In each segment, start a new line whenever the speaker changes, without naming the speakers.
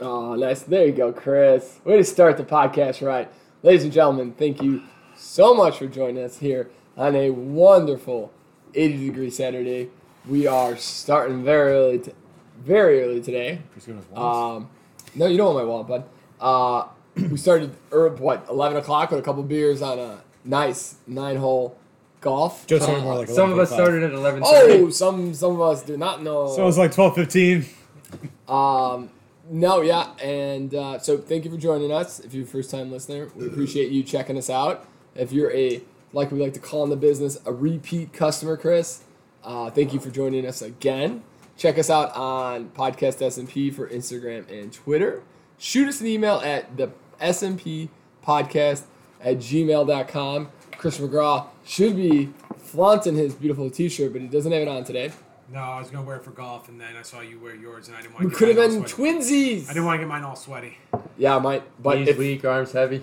Oh, nice. There you go, Chris. Way to start the podcast right. Ladies and gentlemen, thank you so much for joining us here on a wonderful 80 degree Saturday. We are starting very early, t- very early today.
Pursuing his wants.
Um, no, you don't want my wallet, bud. Uh, we started er, what eleven o'clock with a couple beers on a nice nine hole golf.
Just
Uh,
something more like
Some of us
11:45.
started at eleven thirty.
oh, some some of us do not know.
So it was like twelve fifteen.
Um, no, yeah, and uh, so thank you for joining us. If you're a first time listener, we appreciate you checking us out. If you're a like we like to call in the business a repeat customer, Chris, uh, thank you for joining us again. Check us out on Podcast SMP for Instagram and Twitter. Shoot us an email at the SMP podcast at gmail.com. Chris McGraw should be flaunting his beautiful t shirt, but he doesn't have it on today.
No, I was gonna wear it for golf, and then I saw you wear yours, and I didn't want.
We
to
could have been
sweaty.
twinsies.
I didn't want to get mine all sweaty.
yeah, might, but
Knees
if,
weak, arms heavy.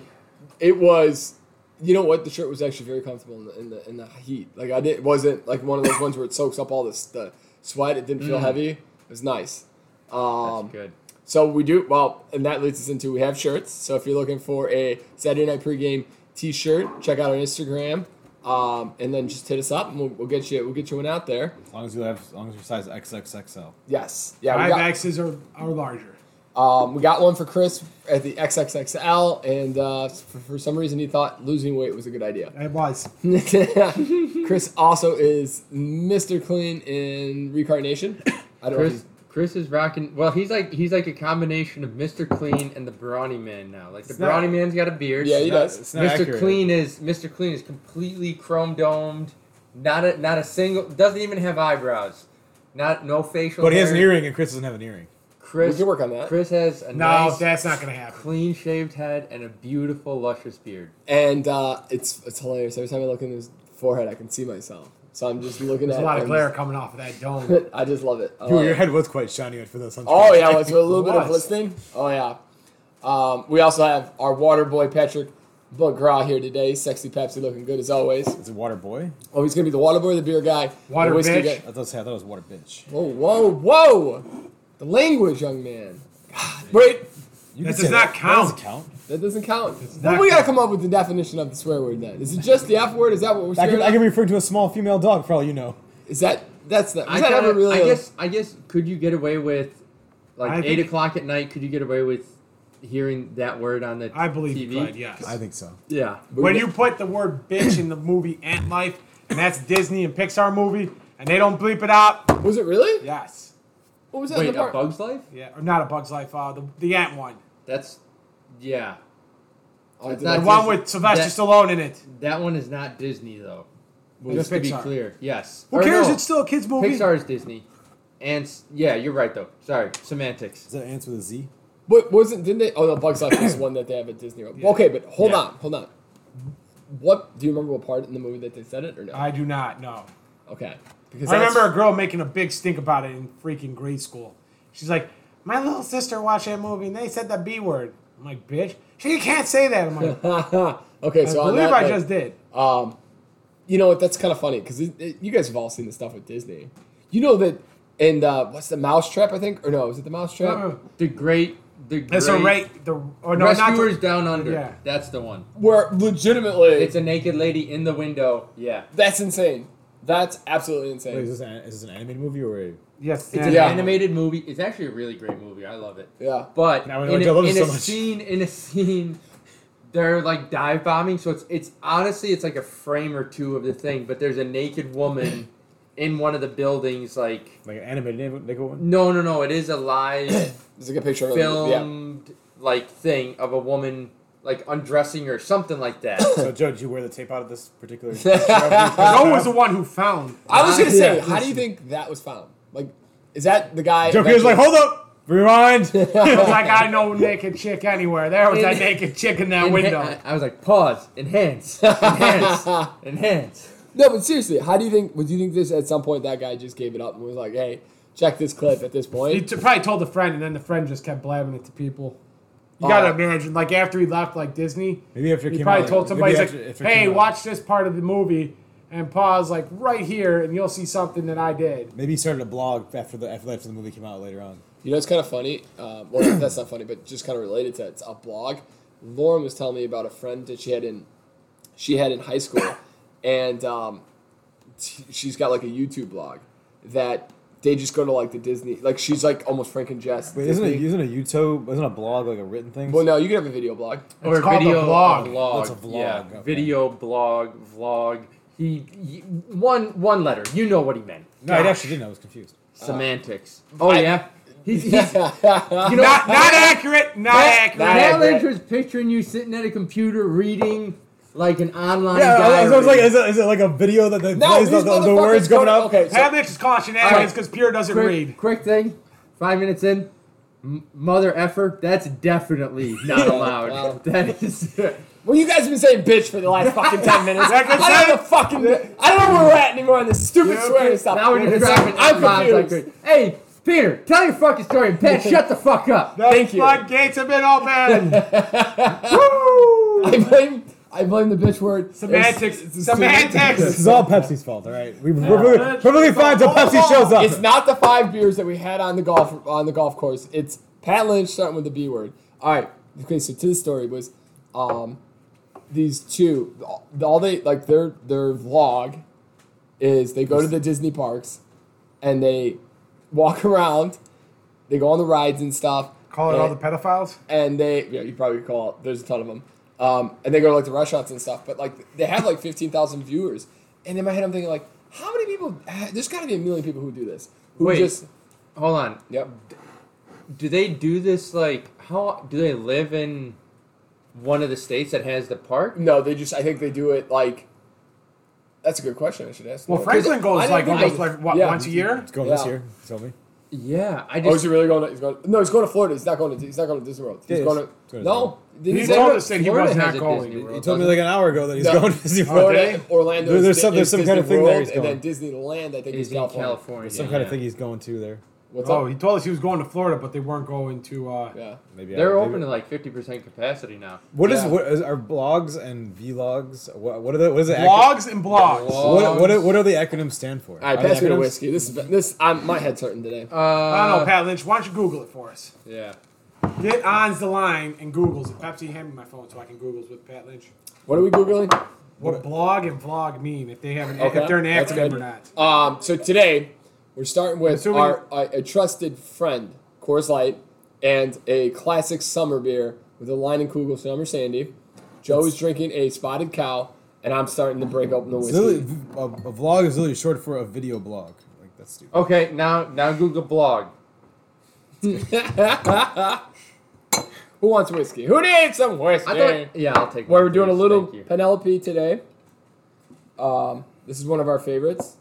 it was you know what the shirt was actually very comfortable in the in the, in the heat like i did it wasn't like one of those ones where it soaks up all this the sweat it didn't feel heavy it was nice
Mm. That's
um
good.
so we do well and that leads us into we have shirts so if you're looking for a saturday night pregame t-shirt check out our instagram um, and then just hit us up and we'll, we'll get you we'll get you one out there
As long as you have, as long as your size XXXL.
yes yeah we
My
got,
X's are are larger.
um, we got one for chris at the xxxl and uh, for, for some reason he thought losing weight was a good idea
It was.
Chris also is Mr. Clean in Reincarnation. I don't know if
Chris, Chris is rocking. Well, he's like he's like a combination of Mr. Clean and the Brawny Man now. Like the
not-
Brawny Man's got a beard.
Yeah, he
It's
does.
it's
Mr.
accurate.
Clean is Mr. Clean is completely chrome domed. Not a not a single. Doesn't even have eyebrows. Not no facial.
but he has an
hair.
earring, and Chris doesn't have an earring.
we
Chris,
can work on that.
Chris has a
No,
nice,
that's not gonna happen.
clean shaved head and a beautiful luscious beard.
And uh, it's it's hilarious. Every time I look in his forehead, I can see myself. So I'm just looking
There's
at
a lot
it
of
and
glare coming off of that dome.
just- I just love it. I
Dude,
love
your
it.
head was quite shiny for those.
Oh yeah, was with a little bit of
Was.
listening. Oh yeah. Um, we also have our water boy Patrick McGraw here today. Sexy Pepsi, looking good as always.
Is it water boy?
Oh, he's gonna be the water boy, the beer guy,
Water
the whiskey
bitch.
guy.
I thought, I thought it was water bitch.
Whoa, whoa, whoa! The language, young man. God, wait,
You
That
can
does
say
not
That doesn't
count.
count.
That doesn't count. Well,
not
we gotta
count.
come up with the definition of the swear word then. Is it just the F word? Is that what we're
I
scared
can, I can
of?
be referred to a small female dog for all you know.
Is that that's the?
I,
Was that
kinda-
ever really?
I
a-
guess I guess could you get away with like
I
eight
think-
o'clock at night? Could you get away with hearing that word on the
I believe
TV?
you could. Yes.
I think so.
Yeah.
When you put the word bitch in the movie Ant Life, and that's Disney and Pixar movie, and they don't bleep it out.
was it really?
Yes.
What was that? in
Wait,
the
a
part?
Bug's Life?
Yeah. Or not a Bug's Life. Uh, the the ant one.
That's yeah.
Oh, did
That's
I-
The one with Sylvester
That-
Stallone in it.
That one is not Disney though.
It's
Just to be
Pixar.
clear, yes.
Who
Or
cares?
no,
It's still a kids movie.
Pixar is Disney, and s- yeah, you're right though. Sorry, semantics.
Is that ants with a Z?
What wasn't? Didn't they? Oh, the Bugs Life is one that they have at Disney World.
Yeah.
Okay, but hold
Yeah.
on, hold on. What do you remember? What part in the movie that they said it or no?
I do not know.
okay, because
I
that's-
remember a girl making a big stink about it in freaking grade school. She's like, "My little sister watched that movie and they said the B word." I'm like, "Bitch, she can't say that." I'm like,
okay,
"I
so on
believe
that
I
note-
just did."
Um, you know what? That's kind of funny because you guys have all seen the stuff with Disney. You know that, and uh, what's the Mousetrap? I think, or no, is it the Mousetrap?
Uh-uh.
The great, the great.
That's a right. The or no, not
Rescuers
the,
down under.
Yeah.
That's the one.
Where legitimately,
It's a naked lady in the window. Yeah.
That's insane. That's absolutely insane.
Wait, is this, an, is this an animated movie or a?
yes,
It's
yeah.
an
Yeah.
animated movie. It's actually a really great movie. I love it.
Yeah.
But
Now we
in,
like
a,
to love it
in
so
a
much.
scene, in a scene, they're like dive bombing. So it's it's honestly it's like a frame or two of the thing. But there's a naked woman in one of the buildings. Like
Like an animated naked one?
no, no, no. It is a live
There's like a picture of it. Yeah.
filmed like thing of a woman like undressing or something like that.
So, Joe, did you wear the tape out of this particular?
Joe was the one who found.
I was gonna say,
Yeah.
how do you think that was found? Like, is that the guy?
Joker was like, hold up, rewind.
I was like, "I know naked chick anywhere." There was that
In-
naked chick in that
Enha-
window.
I, I was like, pause, enhance, enhance, enhance.
No, but seriously, how do you think? Would you think this at some point that guy just gave it up and was like, hey, check this clip at this
He
point?
t- probably told a friend, and then the friend just kept blabbing it to people. You gotta
Oh.
imagine, like after he left, like Disney,
Maybe after it
He
came
probably
out,
told
maybe
somebody, he's
after-
like,
if it
hey,
came out."
watch this part of the movie and pause like right here and you'll see something that I did.
Maybe he started a blog after the after, after the movie came out later on.
You know, it's kind of funny. Uh, well, that's not funny, but just kind of related to it. It's a blog. Lauren was telling me about a friend that she had in she had in high school, and um, t- she's got like a YouTube blog that they just go to like the Disney. Like she's like almost Frank and Jess.
Wait, isn't it
Disney.
isn't a YouTube isn't a blog like a written thing?
Well, no, you can have a video blog.
or
called a
video
vlog.
That's a vlog,
Yeah,
okay.
video blog vlog. He, he- one one letter. You know what he meant. Uh,
no, I actually didn't. I was confused.
Semantics. oh
I-
yeah. He's, he's
you
know-
Not, not accurate. Not
Not
accurate.
Matt
accurate.
Lynch was picturing you sitting at a computer reading like an online
Yeah, I
diary.
was, I was like, is it, is it like a video that the,
no,
plays the,
these
the, the
motherfuckers
words
go
coming
to-
up?
Okay, so
Pat Lynch is calling shenanigans because Pierre doesn't
quick,
read.
quick thing. Five minutes in. M- mother effer. That's definitely not allowed.
Wow.
That is.
Well, you guys have been saying bitch for the last fucking ten minutes. I
Like I
don't know the
said-
fucking. I don't know where we're at anymore on this stupid
Yeah,
swearing
okay.
stuff.
now we're just
It's-
grabbing
I'm
rods like
confused.
crazy. Hey, Peter, tell your fucking story. and Pat, shut the fuck up.
The
Thank you.
floodgates have been opened.
I blame. I blame the bitch word.
Semantics.
It's- it's-
This
Semantics.
is all Pepsi's fault, all right? We, we're, we're perfectly fine until Pepsi shows up.
It's not the five beers that we had on the golf on the golf course. It's Pat Lynch starting with the B word. All right. Okay. So to the story was, um, these two, all they like their their vlog, is they go to the Disney parks, and they walk around. They go on the rides and stuff.
Call it all
and-
the pedophiles.
and they yeah you probably call it, there's a ton of them um, and they go to like the restaurants and stuff but like they have like 15,000 viewers and in my head I'm thinking like how many people there's got to be a million people who do this who
Wait.
just
Hold on.
yep
Do they do this like how do they live in one of the states that has the park?
no they just I think they do it like that's a good question I should ask
Well,
them.
Franklin
I
goes
didn't
like
think
almost
I-
like what,
yeah.
once a year.
It's going this
Yeah.
year. You told me.
Yeah,
Oh,
I
is he
just
really going? To, he's going. No, he's going to Florida. He's not going to. He's not going to Disney World. He's
Yeah,
going
he's-
to.
he's going to
no,
He
Disney
told
World?
us that he
Florida
was
has
not
a
going.
Disney
You
World.
told me like an hour ago that he's
No. Oh,
going to Disney World.
Florida,
Okay.
Orlando.
There-
is-
there's some-
is
there's some
Disney
kind of thing there
World,
he's
and then
going.
Disneyland. I think
is
is
in
California.
California.
Some kind of
yeah.
thing he's going to there.
What's
Oh,
up?
he told us he was going to Florida, but they weren't going to. Uh,
Yeah.
Maybe I-
They're
maybe-
open to like fifty percent capacity now.
What is
Yeah.
what is our blogs and vlogs? What what are the what is it?
Blogs and blogs.
What what are, what are the acronyms stand for?
All right,
Are they
pass me the
acronyms?
whiskey. This is this. I'm, my head's hurting today.
Uh,
I don't know, Pat Lynch. Why don't you Google it for us?
Yeah.
Get on's the line and Google's it. Pepsi, hand me my phone so I can Google's with Pat Lynch.
What are we googling?
What, blog and vlog mean if they have an,
Okay,
if they're an
that's
acronym or
good.
not?
Um, so today we're starting with
Assuming-
our uh, a trusted friend, Coors Light, and a classic summer beer with a line and Kugel Summer Sandy. Joe is drinking a Spotted Cow, and I'm starting to break open the
It's
whiskey.
literally- a, a vlog is literally short for a video blog. Like that's stupid.
Okay, now now Google blog.
Who wants whiskey? Who needs some whiskey?
I thought yeah, I'll take
Well,
one,
we're doing a
please.
little
Thank you.
Penelope today. Um, this is one of our favorites.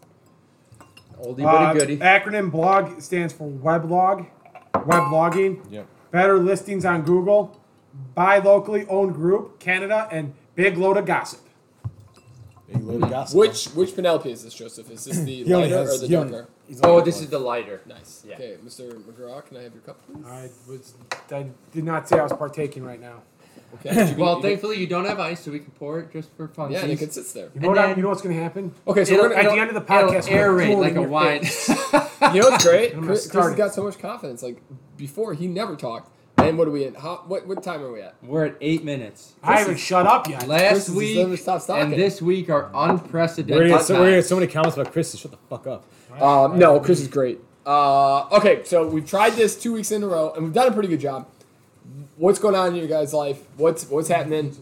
oldie
Uh,
but a goodie.
acronym blog stands for weblog, weblogging,
Oh.
Yep.
better listings on Google, buy locally owned group, Canada, and big load of gossip.
Big load of gossip.
Hmm. Which which Penelope is this, Joseph? Is this the
He only
lighter
has-
or the
he only-
darker?
he's only
Oh,
got
this
one.
is the lighter.
Nice.
Yeah.
Okay, Mr. McGraw, can I have your cup, please?
I was I did not say I was partaking right now.
Okay. but you can-
Well,
you can-
thankfully you don't have ice, so we can pour it just for fun.
Yeah, and it sits there.
You know,
And
what I-
then-
you know what's going to happen?
Okay, so we're
It'll-
gonna.
At
it'll-
the end of the
it'll
podcast, we're
aerate
pouring
like
in
a
your
wine.
You know what's great?
I'm gonna
Chris, Chris
start
has
it.
got so much confidence. Like before, he never talked. And what are we at? How, what what time are we at?
We're at eight minutes.
I haven't shut up yet.
Chris
Last
is-
week
never stops
and
talking.
this week are unprecedented.
We're gonna, get so, we're gonna get
times.
so many comments about Chris. so Shut the fuck up.
Um, no, Chris is great. Uh, okay, so we've tried this two weeks in a row, and we've done a pretty good job. What's going on in your guys' life? What's what's happening?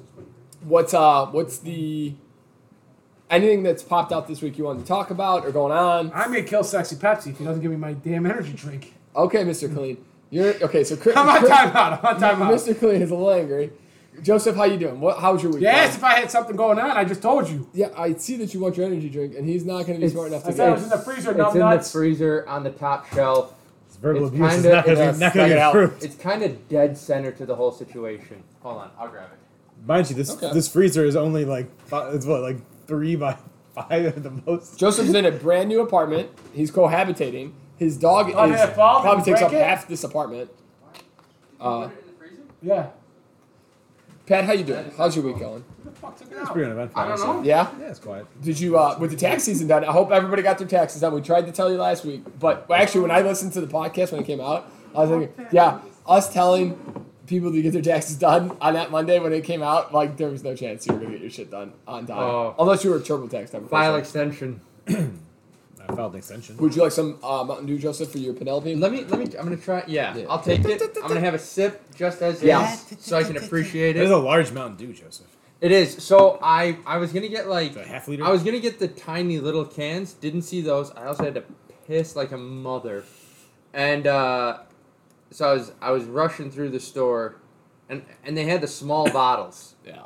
What's uh what's the anything that's popped out this week you wanted to talk about or going on?
I'm going to kill Sexy Pepsi if he doesn't give me my damn energy drink.
Okay, Mr. Clean, you're okay. So Chris,
I'm on
Chris-
timeout. I'm on timeout.
Mr. Clean is a little angry. Joseph, how you doing? What? How was your week?
Yes,
bud?
if I had something going on, I just told you.
Yeah, I see that you want your energy drink, and he's not going to be
It's-
smart enough
I
to
said it
get
was in
it.
the freezer,
It's
numb
in
nuts.
the freezer on the top shelf.
It's verbal
it's
abuse
kinda,
is not gonna,
it's
be, not gonna get
like-
approved.
It's kind of dead center to the whole situation. Hold on, I'll grab it.
Mind you, this
Okay.
this freezer is only like five, it's what like three by five at the most.
Joseph's in a brand new apartment. He's cohabitating. His dog is
Oh, did it fall? Did
probably
you
takes up
break it?
half this apartment. Uh,
it in the freezer?
Yeah.
Pat, how you doing? How's your week going?
Who the fuck took it
It's
out?
pretty uneventful.
I don't
honestly.
know.
Yeah.
Yeah, it's quiet.
Did you uh, with the tax season done? I hope everybody got their taxes done. We tried to tell you last week, but well, actually, when I listened to the podcast when it came out, I was thinking, yeah, us telling people to get their taxes done on that Monday when it came out, like there was no chance you were gonna get your shit done on time,
Oh.
unless you were a TurboTax type of
File
person.
extension.
I filed an extension.
Would you like some uh, Mountain Dew, Joseph, for your Penelope?
Let me, let me. I'm gonna try. Yeah,
Yeah.
I'll take it. I'm gonna have a sip just as
Yeah.
is, so I can appreciate
There's
it.
a large Mountain Dew, Joseph.
It is. So I, I was gonna get like,
Is that a half liter?
I was gonna get the tiny little cans. Didn't see those. I also had to piss like a mother, and uh, so I was, I was rushing through the store, and and they had the small bottles.
Yeah.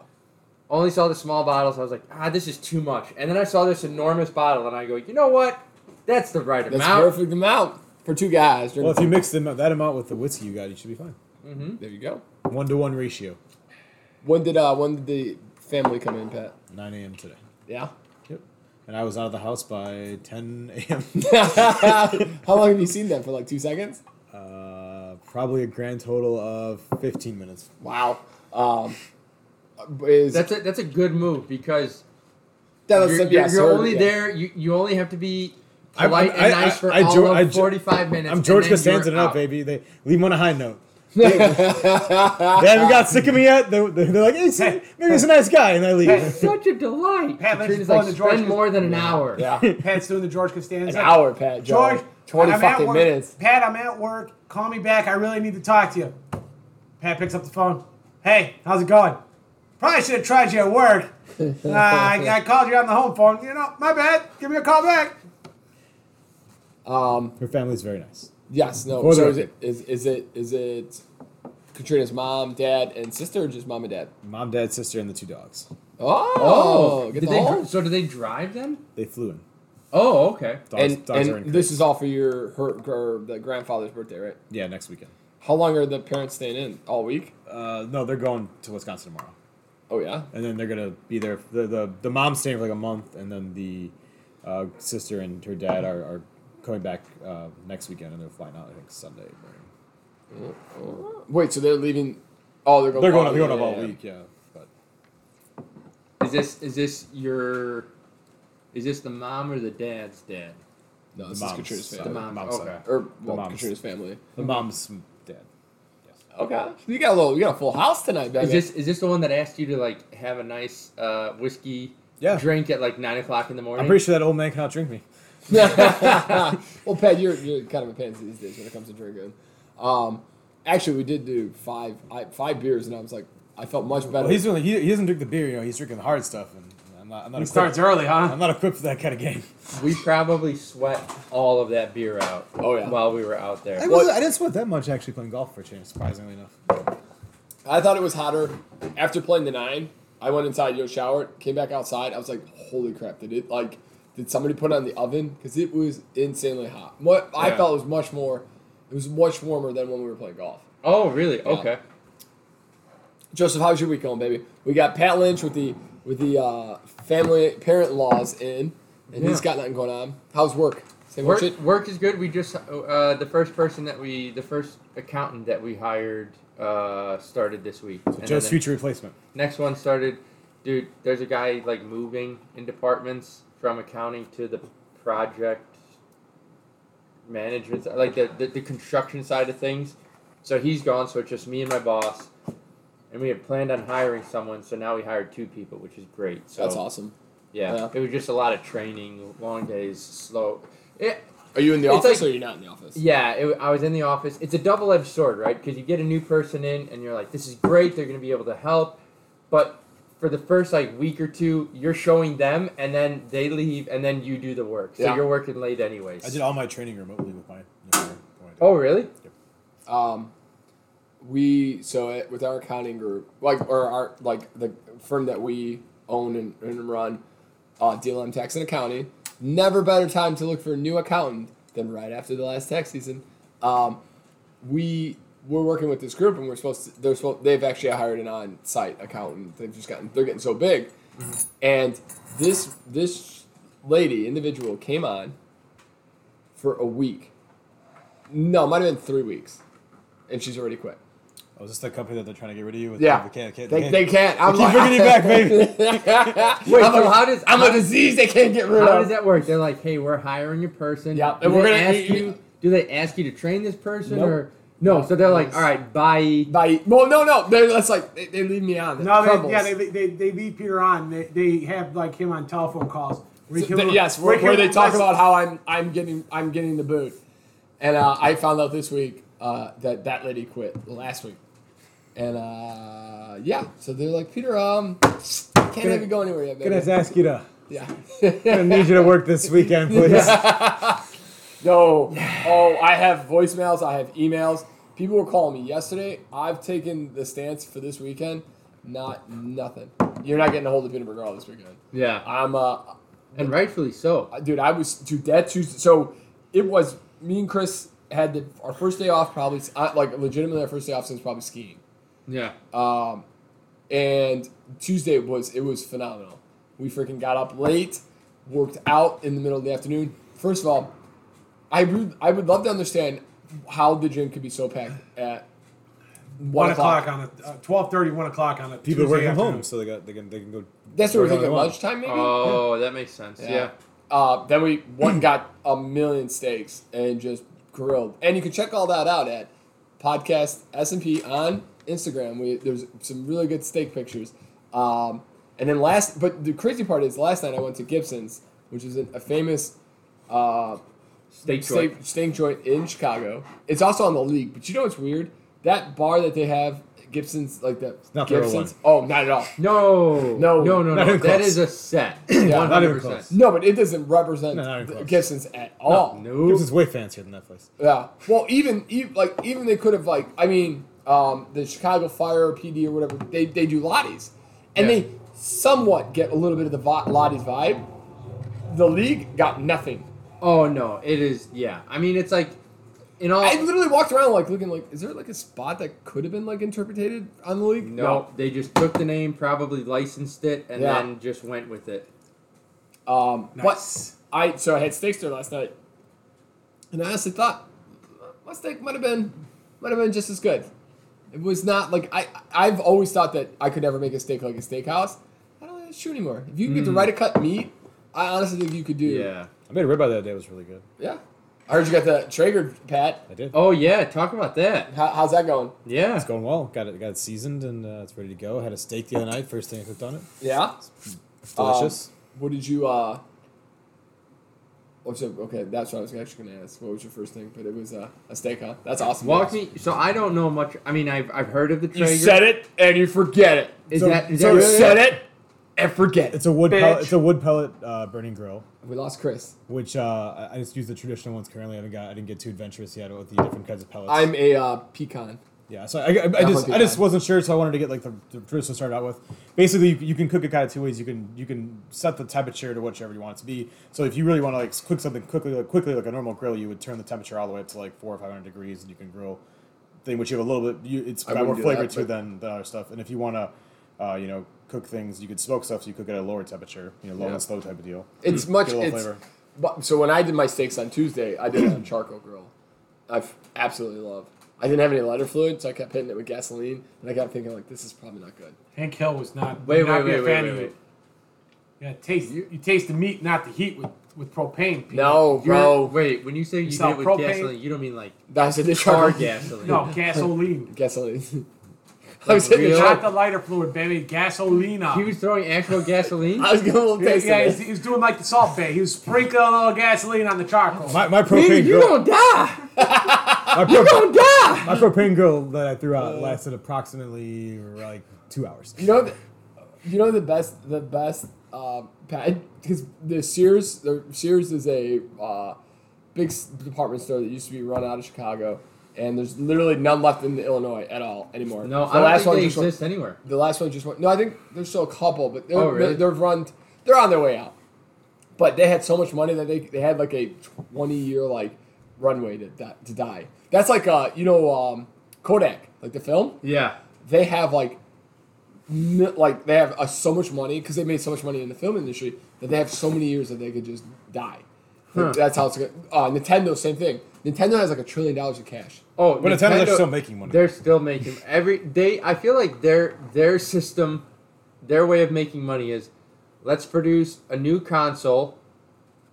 Only saw the small bottles. I was like, ah, this is too much. And then I saw this enormous bottle, and I go, you know what? That's the right
That's
amount.
perfect amount for two guys.
Well, if you mix them, that amount with the whiskey you got, you should be fine.
Mm-hmm.
there you go.
One to one ratio.
When did uh when did the family come in, Pat?
9 a.m. today.
Yeah.
Yep. And I was out of the house by 10 a.m.
How long have you seen that for? Like two seconds?
uh, probably a grand total of 15 minutes.
Wow. Um, is
That's a that's a good move because
that was
you're,
some-
you're-
yes,
you're
her-
only
yeah.
there. You, you only have to be
I- I-
polite
I-
and nice
I-
for
I
all
jo-
of
I jo-
45 minutes.
I'm
and
George
then you're
Costanza now,
out.
baby. They leave them on a high note. They, they haven't got sick of me yet. They're, they're like, hey, see, maybe he's a nice guy, and I leave.
Such a delight.
Pat, let's
Katrina's
go
like
into George
spend
Cos-
more than an hour.
Yeah.
Pat's doing the George Costanza.
An hour, Pat.
George,
George. 20
I'm at
fucking
work.
minutes.
Pat, I'm at work. Call me back. I really need to talk to you. Pat picks up the phone. Hey, how's it going? Probably should have tried you at work. Uh, I, I called you on the home phone. You know, my bad. Give me a call back.
Um,
Her family's very nice.
yes, no.
For
So
the
is it, is, is it is it Katrina's mom, dad, and sister, or just mom and dad?
Mom, dad, sister, and the two dogs.
Oh,
Oh,
get
did
the
they,
whole-
dri- so do they drive then?
They flew in.
Oh, okay.
Dogs,
and,
dogs
and
are in.
this
crates.
is all for your her, her the grandfather's birthday, right?
yeah, next weekend.
How long are the parents staying in? All week?
Uh, no, they're going to Wisconsin tomorrow,
Oh yeah.
and then they're gonna be there. The the, the mom's staying for like a month, and then the uh, sister and her dad are, are coming back uh, next weekend, and they're flying out. I think Sunday. morning.
Wait, so they're leaving? Oh, they're going.
They're going.
all
They're going
week,
up all
yeah, yeah.
week. Yeah, but
Is this is this your is this the mom or the dad's dad?
No,
the
this is
mom's
Katrina's
side-
family.
The mom's,
mom's
okay.
side.
Or well,
mom's.
Katrina's family.
The mom's dad. Yes.
Okay, you got a little, you got a full house tonight, baby.
Is this is this the one that asked you to like have a nice uh, whiskey
Yeah.
drink at like nine o'clock in the morning?
I'm pretty sure that old man cannot drink me.
well, Pat, you're, you're kind of a pansy these days when it comes to drinking. Um, actually, we did do five I, five beers, and I was like, I felt much better.
Well, he's doing. He, he doesn't drink the beer. You know, he's drinking the hard stuff, and I'm not. I'm not
He
equipped,
starts early, huh?
I'm not equipped for that kind of game.
We probably sweat all of that beer out.
Oh, yeah.
While we were out there.
I,
Well-
wasn't, I didn't sweat that much actually playing golf for a change, surprisingly enough.
I thought it was hotter after playing the nine. I went inside, yo, showered, came back outside. I was like, holy crap! Did it like? Did somebody put it on the oven? Because it was insanely hot. What I
Yeah.
felt was much more. It was much warmer than when we were playing golf.
Oh, really? Okay.
Joseph, how's your week going, baby? We got Pat Lynch with the with the uh, family parent laws in, and he's
Yeah.
got nothing going on. How's work? Same old
Work,
shit.
work is good. We just uh, the first person that we the first accountant that we hired uh, started this week. And then
Joe's
the
future replacement.
next one started. Dude, there's a guy like moving in departments from accounting to the project management, si- like the, the the construction side of things. So he's gone. So it's just me and my boss. And we had planned on hiring someone, so now we hired two people, which is great. So
That's awesome.
Yeah,
Yeah.
it was just a lot of training, long days, slow. It,
Are you in the
It's
office
like-
or you're not in the office?
yeah, it, I was in the office. It's a double edged sword, right? Because you get a new person in and you're like, this is great, they're going to be able to help. But for the first like week or two, you're showing them and then they leave and then you do the work. So
Yeah.
you're working late anyways.
I did all my training remotely with my. Oh.
oh, really?
Um, we so it, with our accounting group, like or our like the firm that we own and, and run, uh, DLM Tax and Accounting. Never better time to look for a new accountant than right after the last tax season. Um, we we're working with this group and we're supposed to, they're supposed they've actually hired an on-site accountant. They've just gotten they're getting so big, and this this lady individual came on for a week. No, it might have been three weeks, and she's already quit.
Oh, is this the company that they're trying to get rid of you with?
Yeah.
The, can- can-
They, they can't. I'm
keep
like,
bringing you back, baby.
Wait,
so
I'm a,
how does-
I'm a
how-
disease they can't get rid
How
of?
does that work? They're like, hey, we're hiring your person.
Yeah,
Do
and we're
they
gonna-
ask
you-
you. Do they ask you to train this person
Nope.
or No, so they're like, all right, bye.
By well, no, no, they- that's like they, they leave me on.
No, they,
Crumbles.
yeah, they, they, they leave Peter on. They, they have like him on telephone calls. Where he
So
can-
th- yes, where,
he
where they
can-
talk about how I'm I'm getting I'm getting the boot, and uh, I found out this week uh, that that lady quit last week, and uh, yeah, so they're like Peter, um, can't have you go anywhere yet,
Gonna
baby.
have to ask you to.
Yeah,
Gonna need you to work this weekend, please.
no, oh, I have voicemails, I have emails. People were calling me yesterday. I've taken the stance for this weekend, not nothing. You're not getting a hold of Peter McGraw this weekend.
Yeah,
I'm uh,
and rightfully so.
dude, I was dude that Tuesday. So it was me and Chris had the, our first day off probably uh, like legitimately our first day off since probably skiing.
Yeah,
Um, and Tuesday was it was phenomenal. We freaking got up late, worked out in the middle of the afternoon. First of all, I would I would love to understand how the gym could be so packed at one,
one
o'clock.
o'clock on a uh, twelve thirty, one o'clock on a
People are
Tuesday
working from
afternoon.
home, so they got they can they can go.
That's what we're
wherever
thinking.
they want.
Lunchtime maybe.
Oh, that makes sense. Yeah.
Yeah. Uh, then we one got a million steaks and just grilled. And you can check all that out at podcast S and P on Instagram. We there's some really good steak pictures. Um, and then last, but the crazy part is last night I went to Gibson's, which is an, a famous uh,
Steak joint.
steak, steak joint in Chicago. It's also on the league. But you know what's weird? That bar that they have Gibson's like that.
not the real
Gibson's. Oh, not at all.
No,
No.
no, no,
Not
no.
even
That
close.
is a set.
Yeah.
One
Not even
hundred
close.
percent.
No, but it doesn't represent
No, not even close.
Gibson's at all.
No.
This is way fancier than that place.
Yeah. Well, even, even like even they could have like I mean um, the Chicago Fire or PD or whatever they, they do Lotties, and
Yeah.
they somewhat get a little bit of the vi- Lotties vibe. The league got nothing.
Oh no, it is. Yeah, I mean, it's like, in all.
I literally walked around like looking like is there like a spot that could have been like interpreted on the league?
no, they just took the name, probably licensed it, and
Yeah.
then just went with it.
No. Um,
Nice.
But I so I had steaks there last night, and I honestly thought my steak might have been might have been just as good. It was not like I I've always thought that I could never make a steak like a steakhouse. I don't think that's true anymore. If you can get the right to cut meat, I honestly think you could do.
Hmm. Yeah.
I made a ribeye that day. It was really good.
Yeah. I heard you got the Traeger, Pat.
I did.
Oh yeah, talk about that.
How, how's that going?
Yeah.
It's going well. Got it. Got it seasoned and uh, it's ready to go. Had a steak the other night. First thing I cooked on it.
Yeah.
It's
Um,
delicious.
What did you uh? oh, so- okay, that's what I was actually gonna ask. What was your first thing? But it was uh, a steak, huh? That's awesome.
Walk me. So I don't know much. I mean, I've I've heard of the
You
Traeger.
said it and you forget it.
Is
So-
that is
so
that
You
really
said it and forget it.
it's a wood. Pellet,
Bitch.
it's a wood pellet uh, burning grill.
We lost Chris.
Which uh, I- I just use the traditional ones currently. I haven't got. I didn't get too adventurous yet with the different kinds of pellets.
I'm a uh, pecan.
yeah, so I, I, I just
would be
I just
fine.
wasn't sure, so I wanted to get like the, the traditional to start out with. Basically, you, you can cook it kind of two ways. You can you can set the temperature to whichever you want it to be. So if you really want to like cook something quickly, like quickly like a normal grill, you would turn the temperature all the way up to like four or five hundred degrees, and you can grill thing which you have a little bit. You, it's
I
got more
wouldn't do
flavor
that,
to
but-
than the other stuff. And if you want to, uh, you know, cook things, you could smoke stuff. So you cook it at a lower temperature, you know, low
Yeah.
and slow type of deal.
It's
Hmm.
much.
Get a little
It's,
flavor.
but, so when I did my steaks on Tuesday, I did it on charcoal grill. I f- absolutely love. I didn't have any lighter fluid, so I kept hitting it with gasoline, and I kept thinking like, this is probably not good.
Hank Hill was not.
Wait,
would
wait,
not be
wait,
a
wait,
fan
wait,
of
wait.
it. Yeah, taste. You, taste the meat, not the heat, with with propane. Pete.
No,
You're-
bro.
wait, when you say you did
sell
it with
propane?
gasoline, you don't mean like
That's a
car
charcoal
gasoline.
no gasoline.
gasoline. I
Like
was hitting
real-
the
Not
char-
the lighter fluid, baby. Gasoline.
He was throwing actual gasoline.
I was giving a little
Yeah,
taste.
yeah,
of
he's,
it.
he's doing like the salt bay. He was sprinkling a little gasoline on the charcoal.
My, my
Dude,
propane
you
grill,
don't die. Ah!
my, pro-
Don't die.
my propane grill that I threw out lasted approximately like two hours.
You know, the, you know the best, the best um, pad because the Sears, the Sears is a uh, big s- department store that used to be run out of Chicago, and there's literally none left in Illinois at all anymore.
No,
the
I don't think they
just went,
exist anywhere.
the last one just went. No, I think there's still a couple, but they're,
Oh, really?
they're, they've run. They're on their way out, but they had so much money that they they had like a 20 year like runway to di- to die. That's like uh you know um, Kodak like the film
Yeah.
they have like n- like they have uh, so much money because they made so much money in the film industry that they have so many years that they could just die. Like,
Huh.
That's how it's going. Uh, Nintendo, same thing. Nintendo has like a trillion dollars in cash.
Oh,
But Nintendo, they're still making money.
They're still making every they. I feel like their their system, their way of making money is, let's produce a new console,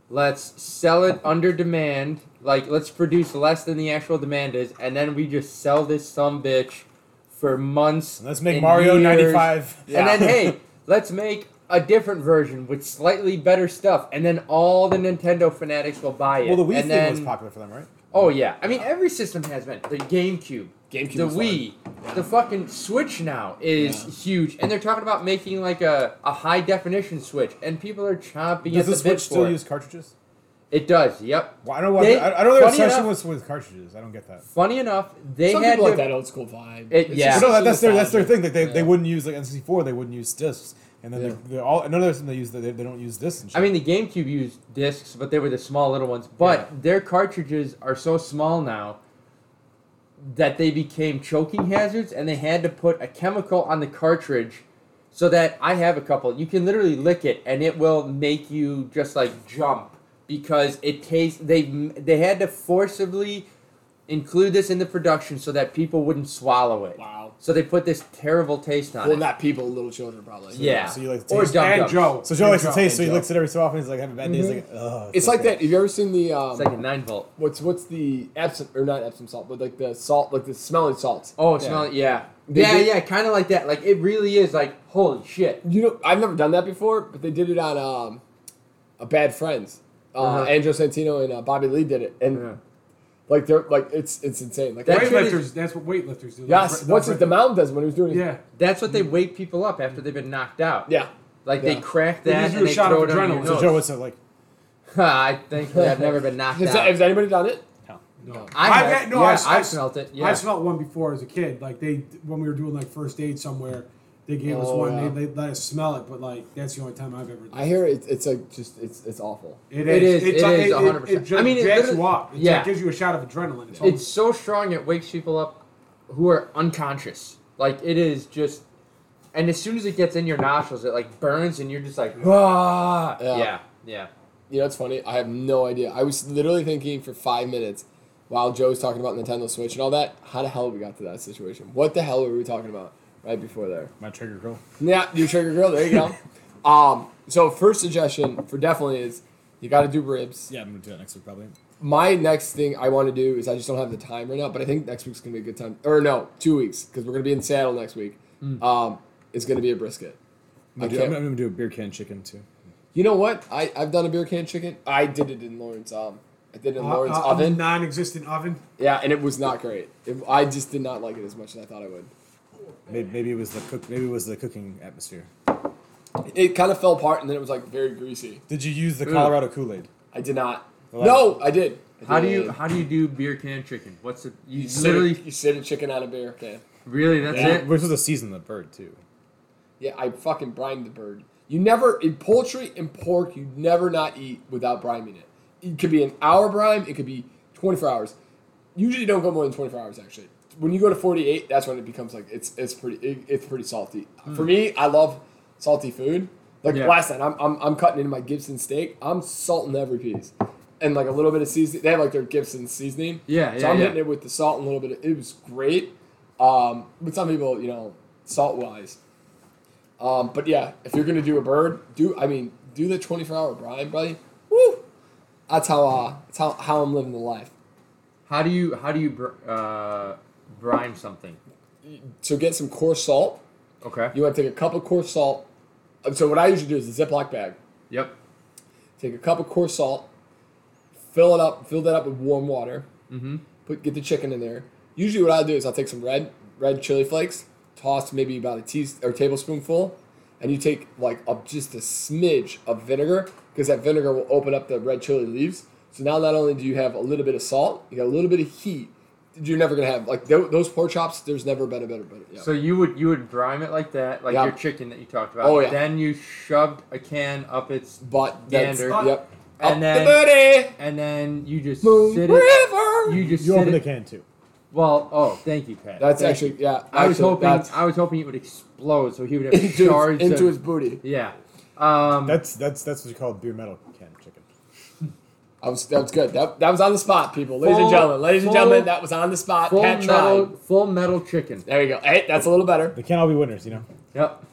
let's sell it under demand, Like, let's produce less than the actual demand is, and then we just sell this some bitch for months.
Let's make
and
Mario
years.
ninety five.
And then hey, let's make a different version with slightly better stuff, and then all the Nintendo fanatics will buy it.
well, the Wii
and
thing
then,
was popular for them, right?
Oh yeah, I mean every system has been the GameCube,
GameCube
the
was hard.
Wii, the fucking Switch now is
Yeah.
huge, and they're talking about making like a, a high definition Switch, and people are chomping
Does
at
the
the bit
Switch still
for it.
use cartridges?
It does. Yep.
Well, I don't know. Why,
They-
I, I don't know their
funny
obsession
enough-
was with cartridges. I don't get that.
Funny enough, they
Some
had
people like
to-
that old school vibe.
It-
It's
yeah.
just
But
such
no, that,
a
that's their that's their
nostalgia.
thing. Like they, they
Yeah.
wouldn't use like N sixty four. They wouldn't use discs. And then
Yeah.
they, they all another reason they use they, they don't use discs. And shit.
I mean, the GameCube used discs, but they were the small little ones. But their cartridges are so small now that they became choking hazards, and they had to put a chemical on the cartridge so that I have a couple. You can literally lick it, and it will make you just like jump because it tastes. They they had to forcibly include this in the production so that people wouldn't swallow it.
Wow.
So they put this terrible taste on
Well,
it.
not people, little children probably.
yeah.
So you like
or
taste-
Dum
and
Dums.
Joe.
so Joe likes to
And
taste, so he
Joe.
looks at it every so often. He's like, have a bad day. He's like, ugh.
It's like that. Have you ever seen the um,
It's like a nine volt.
what's what's the Epsom or not Epsom salt, but like the salt, like the smelling salts.
Oh, it's not. Yeah,
They
yeah,
did-
yeah. Kind of like that. Like it really is. Like holy shit.
You know, I've never done that before, but they did it on um, a Bad Friends. Uh,
Uh-huh.
Andrew Santino and uh, Bobby Lee did it, and
Yeah.
like they're like it's it's insane. Like
That shit
weightlifters.
is-
that's what weightlifters do.
yes,
They'll-
what's it? The mountain does when he was doing it.
Yeah.
That's what they wake people up after they've been knocked out.
yeah.
Like
Yeah.
they crack
They
that
give you
and
a
they
shot
throw
of
it on your
adrenaline.
So
nose.
Joe, what's it like?
I think I've never been knocked
Has, that,
out.
has anybody done it?
No.
I
I've
have,
had- no,
yeah,
I've-
I've
I've-
smelt it.
I
Yeah.
smelt one before as a kid. Like they, when we were doing like first aid somewhere, they gave us
Oh,
one.
yeah.
They, they let us smell it, but like that's the only time I've ever. Done.
I hear it, it's like just it's it's awful.
it
It
is.
is, it
It's,
is
it, it,
100%.
It, just
I mean, it
jacks
literally-
you up. It
yeah.
gives you a shot of adrenaline. It's,
It's so strong it wakes people up who are unconscious. Like it is just, and as soon as it gets in your nostrils, it like burns and you're just like, ah.
Yeah.
yeah, yeah.
Uh, You know, it's funny. I have no idea. I was literally thinking for five minutes while Joe was talking about Nintendo Switch and all that. How the hell we got to that situation? What the hell were we talking about right before there?
My trigger girl.
Yeah, you trigger grill. There you go. um, so first suggestion for definitely is you got to do ribs.
Yeah, I'm gonna do that next week probably.
My next thing I want to do is I just don't have the time right now, but I think next week's gonna be a good time. Or no, two weeks because we're gonna be in Seattle next week. Um, it's gonna be a brisket.
I'm
I
gonna, do, I'm
can't,
gonna do a beer can chicken too.
you know what? I I've done a beer can chicken. I did it in Lawrence. Um, I did it
Uh,
in Lawrence oven.
non-existent oven.
Yeah, and it was not great. It, I just did not like it as much as I thought I would.
Maybe, maybe it was the cook. Maybe it was the cooking atmosphere.
It kind of fell apart, and then it was like very greasy.
Did you use the
Ooh.
Colorado Kool Aid?
I did not.
Well,
no, I did. I
How do
did.
you how do you do beer can chicken? What's the you,
You sit,
literally
you sit a chicken on a beer can.
really that's
Yeah.
it?
We're supposed to season the bird too.
Yeah, I fucking brine the bird. You never in poultry and pork, you never not eat without brining it. It could be an hour brine, it could be twenty four hours. Usually don't go more than twenty four hours actually. When you go to forty eight, that's when it becomes like it's it's pretty it, it's pretty salty. For me, I love salty food. Like
Hmm. Yeah.
last night, I'm, I'm I'm cutting into my Gibson steak. I'm salting every piece, and like a little bit of seasoning. They have like their Gibson seasoning. So
Yeah, yeah,
I'm
yeah.
hitting it with the salt and a little bit. Of, it was great. Um, but some people, you know, salt wise. Um, but yeah, if you're gonna do a bird, do I mean do the 24 hour brine, buddy? Woo! That's how uh, that's how, how I'm living the life.
How do you how do you br- uh, brine something?
So get some coarse salt.
Okay.
You want to take a cup of coarse salt. Uh, So what I usually do is a Ziploc bag.
Yep.
Take a cup of coarse salt, fill it up, fill that up with warm water.
Mhm.
Put get the chicken in there. Usually, what I'll do is I'll take some red red chili flakes, toss maybe about a tea or tablespoonful, and you take like a, just a smidge of vinegar because that vinegar will open up the red chili leaves. So now not only do you have a little bit of salt, you got a little bit of heat. that You're never gonna have like tho- those pork chops. There's never been a better, better. Yeah.
So you would you would brine it like that, like
Yeah.
your chicken that you talked about.
Oh, yeah.
Then you shoved a can up its
but that's
Gander.
yep.
And
Up
then-
the booty,
and then you just
Moon
sit it.
River.
You just
You
sit
open the
it.
can too.
Well, oh, thank you, Pat.
that's
Thank
actually
you.
yeah.
I was
actually,
hoping
that's
I was hoping it would explode, so he would have
into,
shards
his, into
of-
his booty.
yeah. Um,
That's that's that's what you call beer metal can chicken.
I was, that was good. That, that was on the spot, people. Ladies and
Full-
gentlemen, ladies and
full-
gentlemen, that was on the spot.
full
Pat
metal
tried.
full metal chicken.
There you go. Hey, that's a little better,
They can't all be winners, you know.
Yep.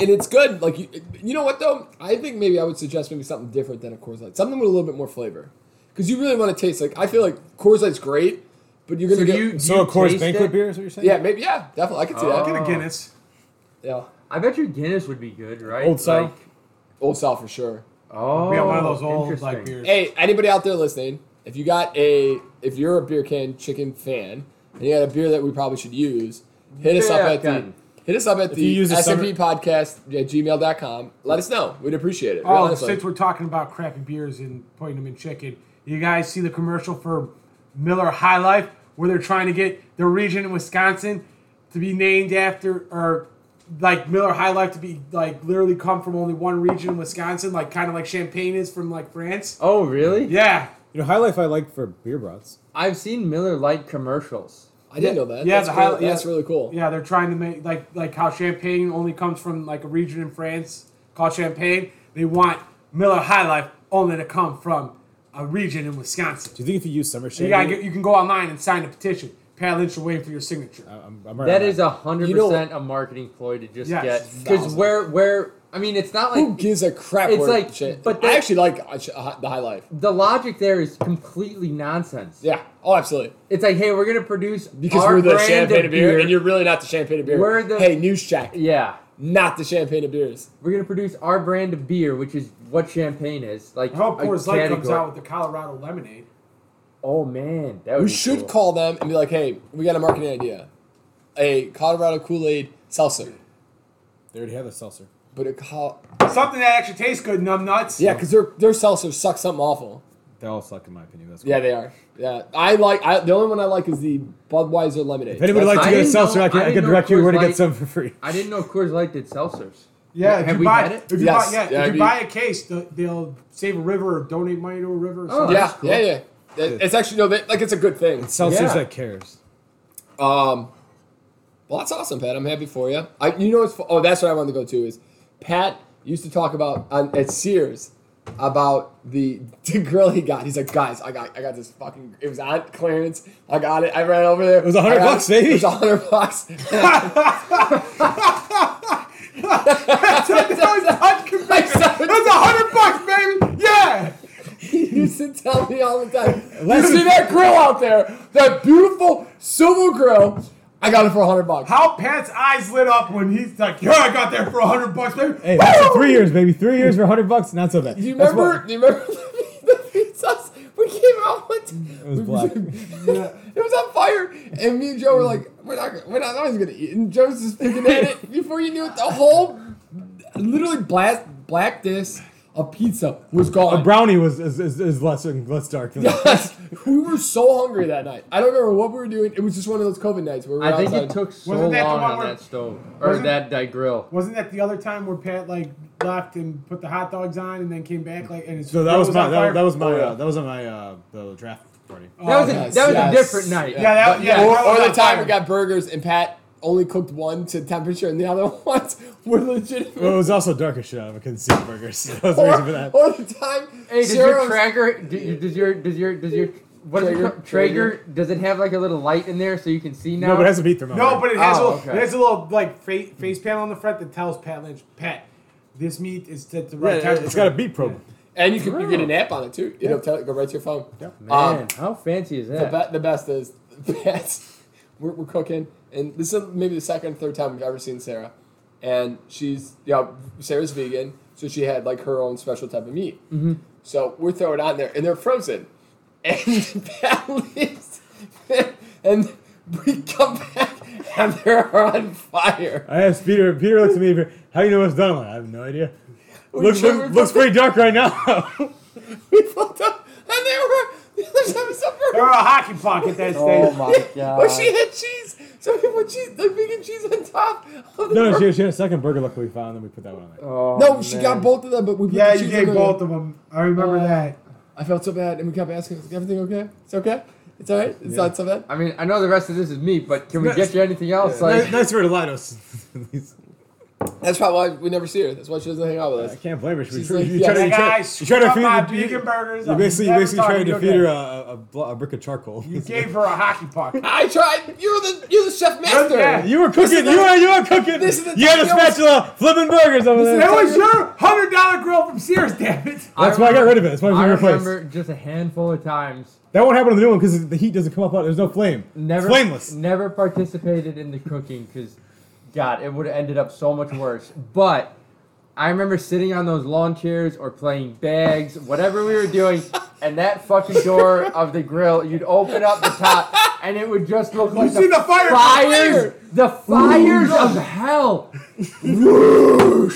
and it's good. Like you, you know what though? I think maybe I would suggest maybe something different than a Coors Light, something with a little bit more flavor. because you really want to taste. Like I feel like Coors Light's great, but you're
So
gonna
do
get
you, do
So a
you
Coors
taste
banquet
it?
beer is what you're saying?
yeah maybe yeah definitely I could see
Oh.
that
Get a Guinness.
yeah
I bet your Guinness would be good, right?
Old style?
Like,
Old Style for sure.
oh,
We got one of those old like
interesting.
beers.
Hey, anybody out there listening, if you got a if you're a beer can chicken fan and you got a beer that we probably should use, hit us up
Beer
at the
can.
hit us up at
If you
the
use a summer-
SMP podcast at gmail.com. Let us know. We'd appreciate it.
Oh,
honestly.
since we're talking about crappy beers and putting them in chicken, you guys see the commercial for Miller High Life where they're trying to get the region in Wisconsin to be named after or like Miller High Life to be like literally come from only one region in Wisconsin, like kind of like Champagne is from like France.
Oh, really?
Yeah,
You know, High Life I like for beer brats.
I've seen Miller Lite commercials.
I didn't know that.
Yeah,
that's,
the
cool.
highlight-
that's
yeah.
really cool.
yeah, they're trying to make like like how Champagne only comes from like a region in France called Champagne. They want Miller High Life only to come from a region in Wisconsin.
Do you think if you use summer shade?
You gotta get, you can go online and sign a petition. Pat Lynch will wait for your signature.
I'm, I'm right
That
on
is a hundred
You know-
percent a marketing ploy to just
Yes,
get because
thousand.
where where I mean it's not
Who
like
gives a crap?
It's
where
like-
shit-
but
I
that-
actually like uh, sh- uh, the high life.
the logic there is completely nonsense.
Yeah. Oh, absolutely.
It's like hey, we're gonna produce
Because
our
we're the
brand
champagne
of
of beer, and you're really not the champagne of beer.
We're the-
hey news check.
yeah.
Not the champagne of beers.
We're gonna produce our brand of beer, which is what champagne is like.
I hope
a
Oh, Coors Light comes
category.
out with the Colorado lemonade.
Oh man, that would
We
be
should
cool.
call them and be like, hey, we got a marketing idea. A Colorado Kool Aid seltzer.
They already have the seltzer.
But a col-
Something that actually tastes good, numb nuts.
Yeah, because their, their seltzer sucks something awful.
They all suck in my opinion. That's
Yeah, they are. Yeah. I like I, the only one I like is the Budweiser Lemonade.
If anybody
That's-
likes
I
to get a
didn't
seltzer,
know-
I can,
I
I
didn't
can
know
direct you where to
Coors
get
Light-
some for free.
I didn't know Coors Light did seltzers.
Yeah, if
Have
you
we
buy
had it?
if you
Yes.
buy yeah,
Yeah,
if
I
you
mean-
buy a case, the, they'll save a river or donate money to a river. Or
Oh,
something.
yeah,
that's cool.
yeah, yeah. That-
Good.
It's actually no, that, like it's a good thing.
Seltzers
Yeah.
that cares.
Um, well, that's awesome, Pat. I'm happy for you. I, you know, it's oh, that's what I wanted to go to is Pat used to talk about on, at Sears about the, the grill he got. He's like, guys, I got I got this fucking. It was on clearance. I got it. I ran over there. It
was 100 bucks, baby.
It was hundred bucks.
that was unconvinced.
That's-
That's a hundred bucks, baby. Yeah,
he used to tell me all the time. You
Let's-
see that grill out there? That beautiful silver grill. I got it for hundred bucks.
how Pat's eyes lit up when he's like, "Yeah, I got there for a hundred bucks, baby."
Hey, that's a three years, baby. Three years for hundred bucks, not so bad.
Do you
That's
remember? do you remember the pizzas? We came out with.
It was black.
it was on fire, and me and Joe were like, "We're not, we're not always gonna eat." And Joe's just picking at it. Before you knew it, the whole, literally black black dish of pizza was
what-
gone.
a brownie was is, is, is less and less dark. Than that.
Yes, we were so hungry that night. I don't remember what we were doing. It was just one of those COVID nights where we were
I think
outside.
it took so
Wasn't
long
that the one
on
where-
that stove or
wasn't-
that die grill.
Wasn't that the other time where Pat like left and put the hot dogs on and then came back like and his
So that
grill
was my
on
that,
fire?
that was my
Oh, yeah.
uh, that was on my uh, the draft party.
Oh,
That was
okay.
a,
yes,
that was
yes,
a different night.
yeah.
yeah, that, yeah,
or,
that
or
was
the
on
time
fire.
we got burgers and Pat only cooked one to temperature, and the other ones were legitimate.
Well, it was also dark as shit. I couldn't see the burgers. That was the
or,
reason for that.
or the time
Hey, does
Sarah
your
was-
Traeger? Do, you- does your does your does your what is it
Traeger?
called? Traeger? Does it have like a little light in there so you can see now?
No, but it has a beat thermometer.
No, but it has
Oh,
a little,
okay.
it has a little like face, face panel on the front that tells Pat Lynch, Pat, this meat is at the right
Yeah,
temperature.
it's got a beat probe.
and you can you get an app on it too. It'll tell go right to your phone.
Man,
Um,
how fancy is
The,
that?
be- the best is Pat's. We're, we're cooking, and this is maybe the second, third time we've ever seen Sarah, and she's you know Sarah's vegan, so she had like her own special type of meat. Mm-hmm. So we're throwing it on there, and they're frozen, and Pat leaves, and we come back, and they're on fire.
I asked Peter. Peter looked at me. Peter, How do you know it's done? I'm like, I have no idea.
We
Looks
sure
look,
we're
looks
fucking-
pretty dark right now.
we pulled up, and they were the other side was up
They're a hockey puck at that
oh
stage.
my god!
Well, she had cheese, so we put cheese, the vegan cheese on top of the.
no, she, she had a second burger. Luckily, we found, and we put that one on there.
Oh,
No, she got
man.
both of them, but we put
Yeah,
the
you
cheese
gave
on there.
both of them. I remember that.
I felt so bad, and we kept asking, "Is everything okay? It's okay? It's all right? It's not so bad."
I mean, I know the rest of this is me, but can we
That's-
get you anything else?
Nice,
Like,
nice for her to lie to us. at least.
That's probably why we never see her. That's why she doesn't hang out with
I
us.
can't blame her. She was
She's
trying-
like,
you
yeah,
tried to-
that
you
That guy
tried- you tried
screwed
to
up
feed
my
the- you-
vegan burgers.
You
I'm
basically, you
never
basically tried
talking
to
you
feed
again.
her a, a, a bl- a brick of charcoal.
You gave her a hockey puck.
I tried. You're the you're the chef master.
You're the
sir.
Yeah.
You were cooking. You were, you were cooking.
This is the
you had a
thing, I was-
spatula flipping burgers over there.
That was your hundred dollar grill from Sears, damn it.
That's why I got rid of it. That's why
I
we replaced.
remember just a handful of times.
That won't happen on the new one because the heat doesn't come up. on- There's no flame.
Never
it's flameless.
Never participated in the cooking because, God, it would have ended up so much worse. But I remember sitting on those lawn chairs or playing bags, whatever we were doing, and that fucking door of the grill, you'd open up the top, and it would just look like
You see the fire?
fires, the fires of hell,
You know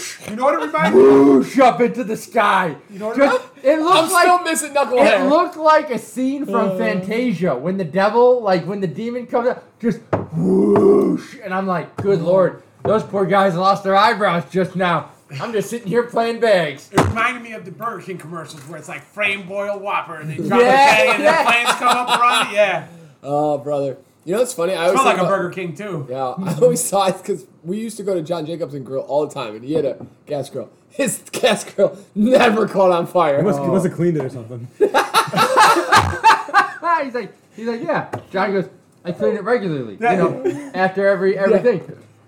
what it reminds me of?
whoosh up into the sky.
know what
Just- it
I'm
looked
still
like.
missing
It
knucklehead.
looked like a scene from Fantasia when the devil, like when the demon comes out, just whoosh, and I'm like, good lord, those poor guys lost their eyebrows just now. I'm just sitting here playing bags.
It reminded me of the Burger King commercials where it's like frame boil whopper and they drop
Yeah,
yeah, the bag and
yeah.
the planes come up around it. Yeah.
oh, brother. You know what's funny? I always
Smelled like a
think about-
Burger King too.
Yeah, I always saw it because we used to go to John Jacobs and grill all the time, and he had a gas grill. His gas grill never caught on fire.
He must, he
Oh.
must have cleaned it or something.
Ah, he's like, he's like, yeah. John goes, I clean it regularly.
Yeah.
You know, after every everything.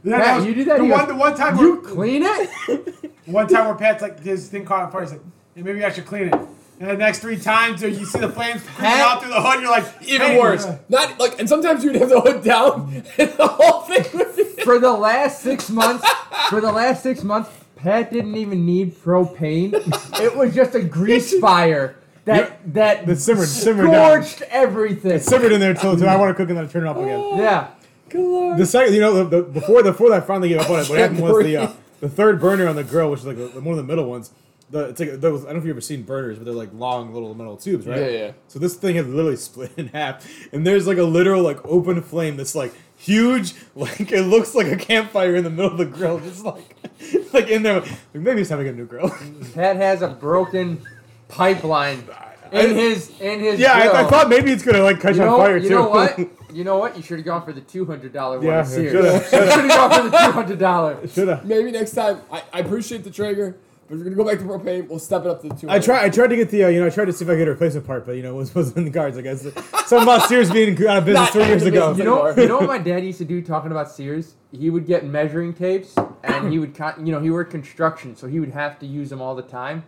Yeah,
Pat,
that was
you do that.
The
he
one,
goes,
the one time
you
where,
clean it?
One time where Pat's like, this thing caught on fire. He's like, "Yeah, maybe I should clean it. And the next three times, dude, you see the flames coming out through the hood. You're like,
Even
"Hey,
worse.
uh,
Not like, and sometimes you'd have the hood down, and the whole thing would be.
For the last six months, for the last six months, Pat didn't even need propane. It was just a grease fire that that
It simmered, simmered down.
scorched everything.
It simmered in there till, till I want to cook and then I turn it off again.
yeah.
The second, you know, the, the, before before that I finally gave up on it, what happened was the uh, the third burner on the grill, which is like the, the- one of the middle ones. The, it's like those. I don't know if you've ever seen burners, but they're like long little metal tubes, right?
Yeah, yeah.
So this thing had literally split in half, and there's like a literal like open flame that's like huge, like it looks like a campfire in the middle of the grill, just like like in there. Like, maybe it's time to get a new grill.
Pat has a broken pipeline in his in his
yeah, I, I
grill.
thought maybe it's gonna like catch
you know,
on fire
you
too.
know what? You know what? You should have gone for the two hundred dollar one.
Yeah,
at Sears.
shoulda,
You should have gone for the two hundred dollar.
Shoulda.
Maybe next time. I, I appreciate the trigger, but if you're gonna go back to propane, we'll step it up to two.
I tried. I tried to get the. Uh, you know, I tried to see if I could get a replacement part, but you know, it was wasn't in the cards. I guess something about Sears being out of business
Not
three
out
years
of
ago.
business
You
You
anymore.
know,
know, you know what my dad used to do talking about Sears? He would get measuring tapes and he would, con- you know, he worked construction, so he would have to use them all the time.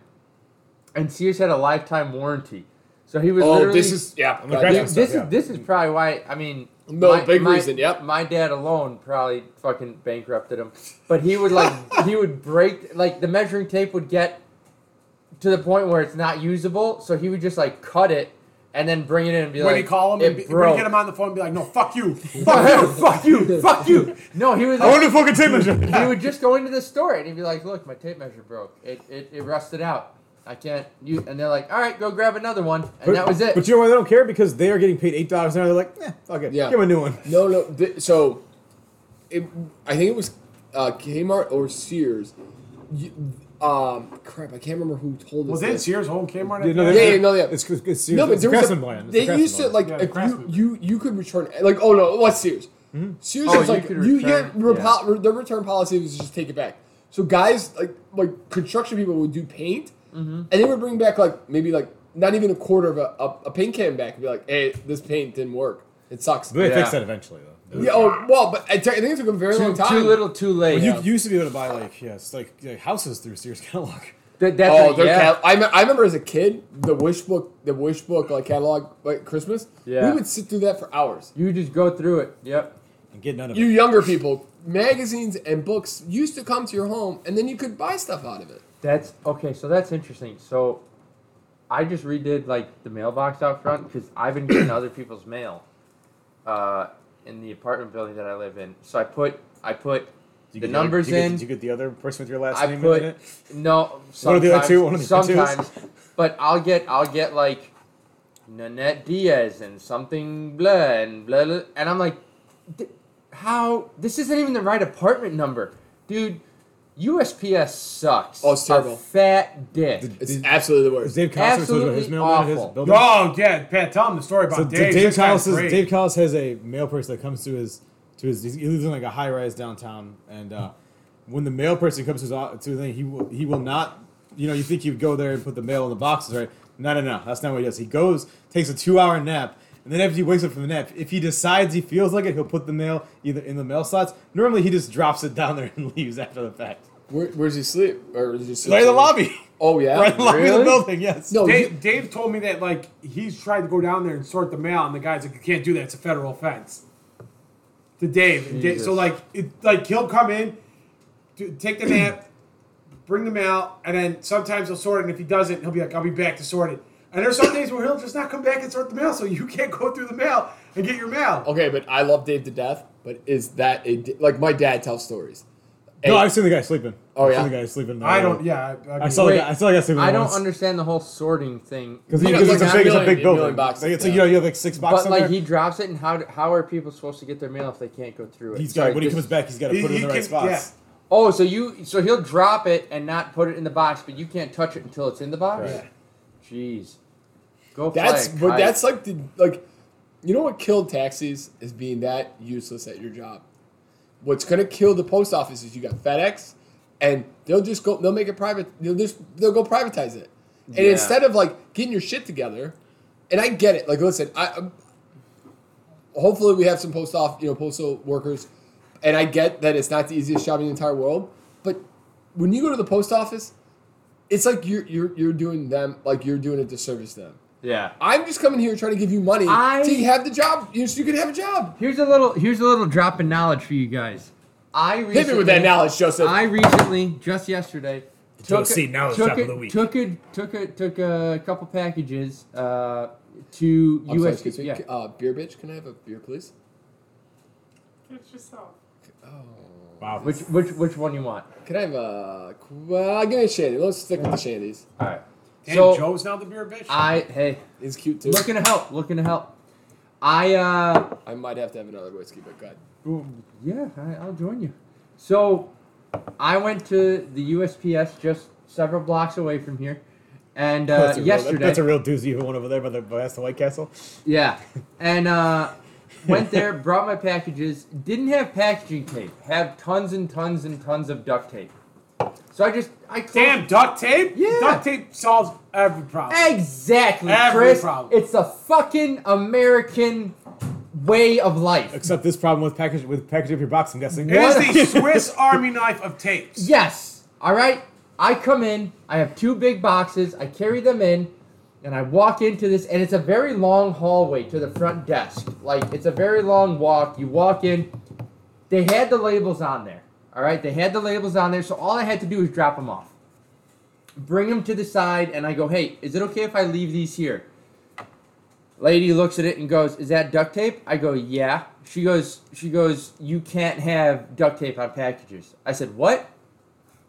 And Sears had a lifetime warranty, so he was.
Oh,
literally,
this is yeah.
the crash
this-
test.
this
Yeah.
is this is probably why I mean
No, big reason, yep.
my dad alone probably fucking bankrupted him but he would like he would break like the measuring tape would get to the point where it's not usable so he would just like cut it and then bring it in and be
When
like
you call him,
it
and be, when you
broke.
get him on the phone, be like, no, fuck you, fuck you, fuck you, fuck you.
no he was
I
like,
wonder if fucking tape measure.
he would just go into the store and he'd be like look my tape measure broke it it, it rusted out I can't you and they're like all right go grab another one and that was it
But you know why they don't care? Because they are getting paid eight dollars an hour. They're like, eh, fuck it,
Yeah.
give 'em a new one.
No, no. Th- so, it, I think it was uh, Kmart or Sears. You, um, crap, I can't remember who told us.
Was it
this.
Sears Home Kmart?
You know,
Yeah,
they're-
yeah, no, yeah.
It's, it's, it's Sears.
No, but
it's
there was a,
Craftsman brand. It's
they
Craftsman
used to
brand.
like
Yeah, the
if you,
Craftsman.
you you could return like oh no what's Sears Sears
Oh,
was
you
like
could
you your,
return,
your
yeah.
pol- their return policy was just take it back so guys like like construction people would do paint
Mm-hmm.
and they would bring back like maybe like not even a quarter of a, a, a paint can back and be like hey this paint didn't work it sucks
But they
Yeah.
fixed that eventually though.
yeah oh well but I, te- I think it took a very
too,
long time
too little too late
You, you used to be able to buy like yes, like, like houses through Sears catalog.
That- that's
Oh,
a-
their
yeah.
cat- I, me- I remember as a kid the wish book, the wish book like catalog, like Christmas.
Yeah.
we would sit through that for hours.
You just go through it. Yep.
And get none of
You
it.
younger people, magazines and books used to come to your home, and then you could buy stuff out of it.
That's okay. So that's interesting. So I just redid like the mailbox out front because I've been getting other people's mail uh, in the apartment building that I live in. So I put I put
Did you
the
get
numbers
did you get-
in.
Did you get the other person with your last
I
name
put
in it?
no.
One of the
Sometimes,
other two- one of the other twos.
sometimes, but I'll get I'll get like Nanette Diaz and something blah and blah, blah and I'm like, "D- how this isn't even the right apartment number, dude. USPS sucks.
Oh, it's terrible.
A fat dick.
It's absolutely the
Is
worst.
Dave Callis about his
Absolutely
mailman at his
awful.
building?
Oh yeah, Pat, tell him the story about
So
Dave.
Dave, Dave
This guy's
Callis is,
great.
Dave Callis has a mail person that comes to his to his. He lives in like a high rise downtown, and uh, when the mail person comes to his o- to the thing, he will he will not. You know, you think he would go there and put the mail in the boxes, right? No, no, no. That's not what he does. He goes, takes a two hour nap, And then after he wakes up from the nap, if he decides he feels like it, he'll put the mail either in the mail slots. Normally, he just drops it down there and leaves after the fact.
Where, where's he sleep? Or is he sleep?
Right in the lobby.
Oh yeah,
Right in the lobby of the
Really?
building, yes.
No,
Oh,
you-
Dave, Dave told me that like he's tried to go down there and sort the mail, and the guy's like, "You can't do that. It's a federal offense." To Dave, And Da-
Jesus.
so like it, like he'll come in, do, take the nap, bring the mail, and then sometimes he'll sort it. And if he doesn't, he'll be like, "I'll be back to sort it." And there's some days where he'll just not come back and sort the mail, so you can't go through the mail and get your mail.
Oh,
Okay, but I love Dave to death. But is that a di- like my dad tells stories?
No,
Hey,
I've seen the guy sleeping.
Oh,
I've
yeah?
seen the guy sleeping.
I don't. Yeah, I,
I saw
Wait,
the guy. I saw the guy sleeping.
I don't
once.
understand the whole sorting thing.
Because
Yeah, it's
it's, a
like
big, it's a
million-
big building.
million boxes,
Like, it's
yeah.
like you know you have like six boxes.
But
in
like
there.
he drops it, and how do, how are people supposed to get their mail if they can't go through it?
he's
So
got when he
this-
comes back, he's got to
He-
put it
he
in the right
can-
spots.
Oh, so you so he'll drop it and not put it in the box, but you can't touch it until it's in the box.
Right.
Jeez, go. fly
That's
a
but
kite.
that's like the like, you know what killed taxis is being that useless at your job. What's gonna kill the post office is you got FedEx, and they'll just go. They'll make it private. They'll just they'll go privatize it, and
Yeah.
instead of like getting your shit together, and I get it. Like, listen, I I'm- hopefully we have some post off you know postal workers, and I get that it's not the easiest job in the entire world, but when you go to the post office, it's like you're you're you're doing them like you're doing a disservice to them.
yeah.
I'm just coming here trying to give you money
I-
to have the job. You, so you can have a job.
Here's a little here's a little drop in knowledge for you guys. I recently,
Hit me with that knowledge, Joseph.
I recently just yesterday took
TLC knowledge
took
drop
a,
of the week.
took a, took a, took a couple packages uh, to
I'm sorry,
US.
excuse me.
yeah.
Uh, beer bitch, can I have a beer, please?
It's just so.
Wow.
Which which which one you want?
Can I have a? Well, give me a shandy. Let's stick with the shandies.
All right.
Damn,
so
Joe's now the beer bitch.
I hey
It's cute too.
looking to help looking to help. I uh
I might have to have another whiskey, but God,
Well, yeah, I, I'll join you. So, I went to the USPS just several blocks away from here, and uh,
That's a real- that-
yesterday,
that's a real doozy. You one over there by the by the White Castle.
yeah, and uh, went there, brought my packages. Didn't have packaging tape. Have tons and tons and tons of duct tape. So I just I closed-
Damn, duct tape.
Yeah.
duct tape solves every problem.
exactly,
Every
Chris.
problem.
It's the fucking American way of life.
Except this problem with package with package up your box. I'm guessing.
It is the Swiss Army knife of tapes.
Yes. All right. I come in. I have two big boxes. I carry them in, and I walk into this, and it's a very long hallway to the front desk. Like it's a very long walk. You walk in. They had the labels on there. All right. They had the labels on there, so all I had to do was drop them off. Bring them to the side, and I go, "Hey, is it okay if I leave these here?" Lady looks at it and goes, "Is that duct tape?" I go, "Yeah." She goes, "She goes, you can't have duct tape on packages." I said, "What?"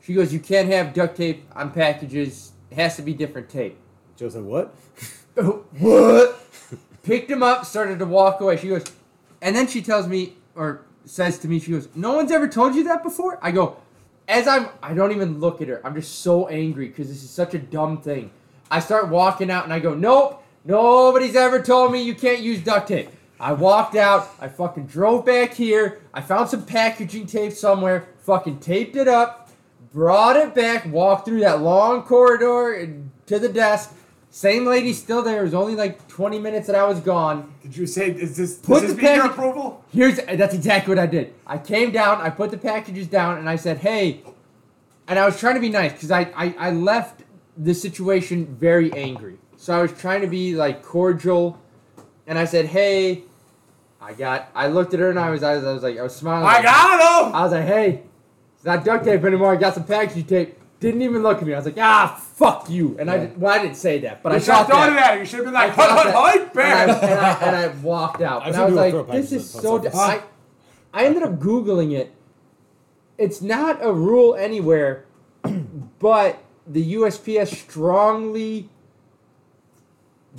She goes, "You can't have duct tape on packages. It has to be different tape."
Joe said what?
what? Picked him up, started to walk away. She goes, and then she tells me or says to me, she goes, "No one's ever told you that before." I go, as I'm, I don't even look at her. I'm just so angry because this is such a dumb thing. I start walking out and I go, "Nope, nobody's ever told me you can't use duct tape." I walked out. I fucking drove back here. I found some packaging tape somewhere. Fucking taped it up brought it back, walked through that long corridor and to the desk. Same lady still there. It was only like 20 minutes that I was gone.
Did you say is this does
Put
this
the
mean your
package-
approval?
Here's that's exactly what I did. I came down, I put the packages down, and I said, "Hey," and I was trying to be nice because I, I I left the situation very angry. So I was trying to be like cordial, and I said, "Hey," I got. I looked at her and I was I was, I was like I was smiling.
I
like,
got him.
I was like, hey, it's not duct tape anymore. I got some packaging tape. Didn't even look at me. I was like, ah, fuck you. And I did, well, I didn't say that, but I
You should
thought
have thought of
that.
that. You should have been like,
I thought
"Hut, hut,
that.
hut,
And, I,
bear."
and, I, and I walked out.
I've
and
seen
I was
people throw
like,
packages
this is
at
so.
post
d- I, I ended up Googling it. It's not a rule anywhere, but the USPS strongly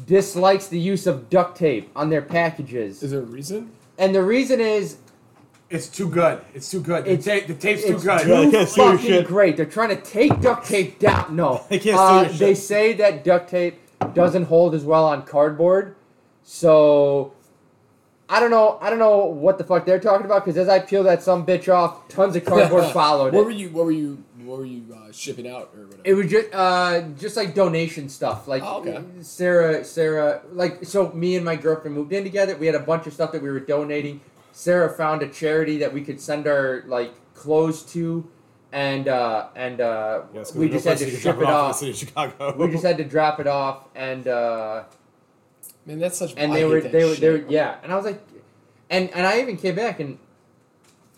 dislikes the use of duct tape on their packages.
is there a reason?
And the reason is
It's too good. It's too good. The,
It's-
ta- the tape's too
it's
good.
Yeah, they
too
can't steal your
fucking
shit.
great. They're trying to take duct tape down. No,
They can't steal
Uh,
your shit.
They say that duct tape doesn't hold as well on cardboard, so I don't know. I don't know what the fuck they're talking about because as I peel that some bitch off, tons of cardboard followed
What were
it.
you? What were you? what were you uh, shipping out or whatever?
It was just uh, just like donation stuff. Like
Oh, okay.
Sarah, Sarah, like so. Me and my girlfriend moved in together. We had a bunch of stuff that we were donating. Sarah found a charity that we could send our like clothes to, and uh, and uh,
Yes, 'cause
we
there's
just had
no place
to
you can
ship
drop
it
off in the
off.
city of Chicago.
We just had to drop it off, and uh,
Man, that's such.
and
I
they
hate
were
that
they were they were
shit.
yeah. And I was like, and and I even came back and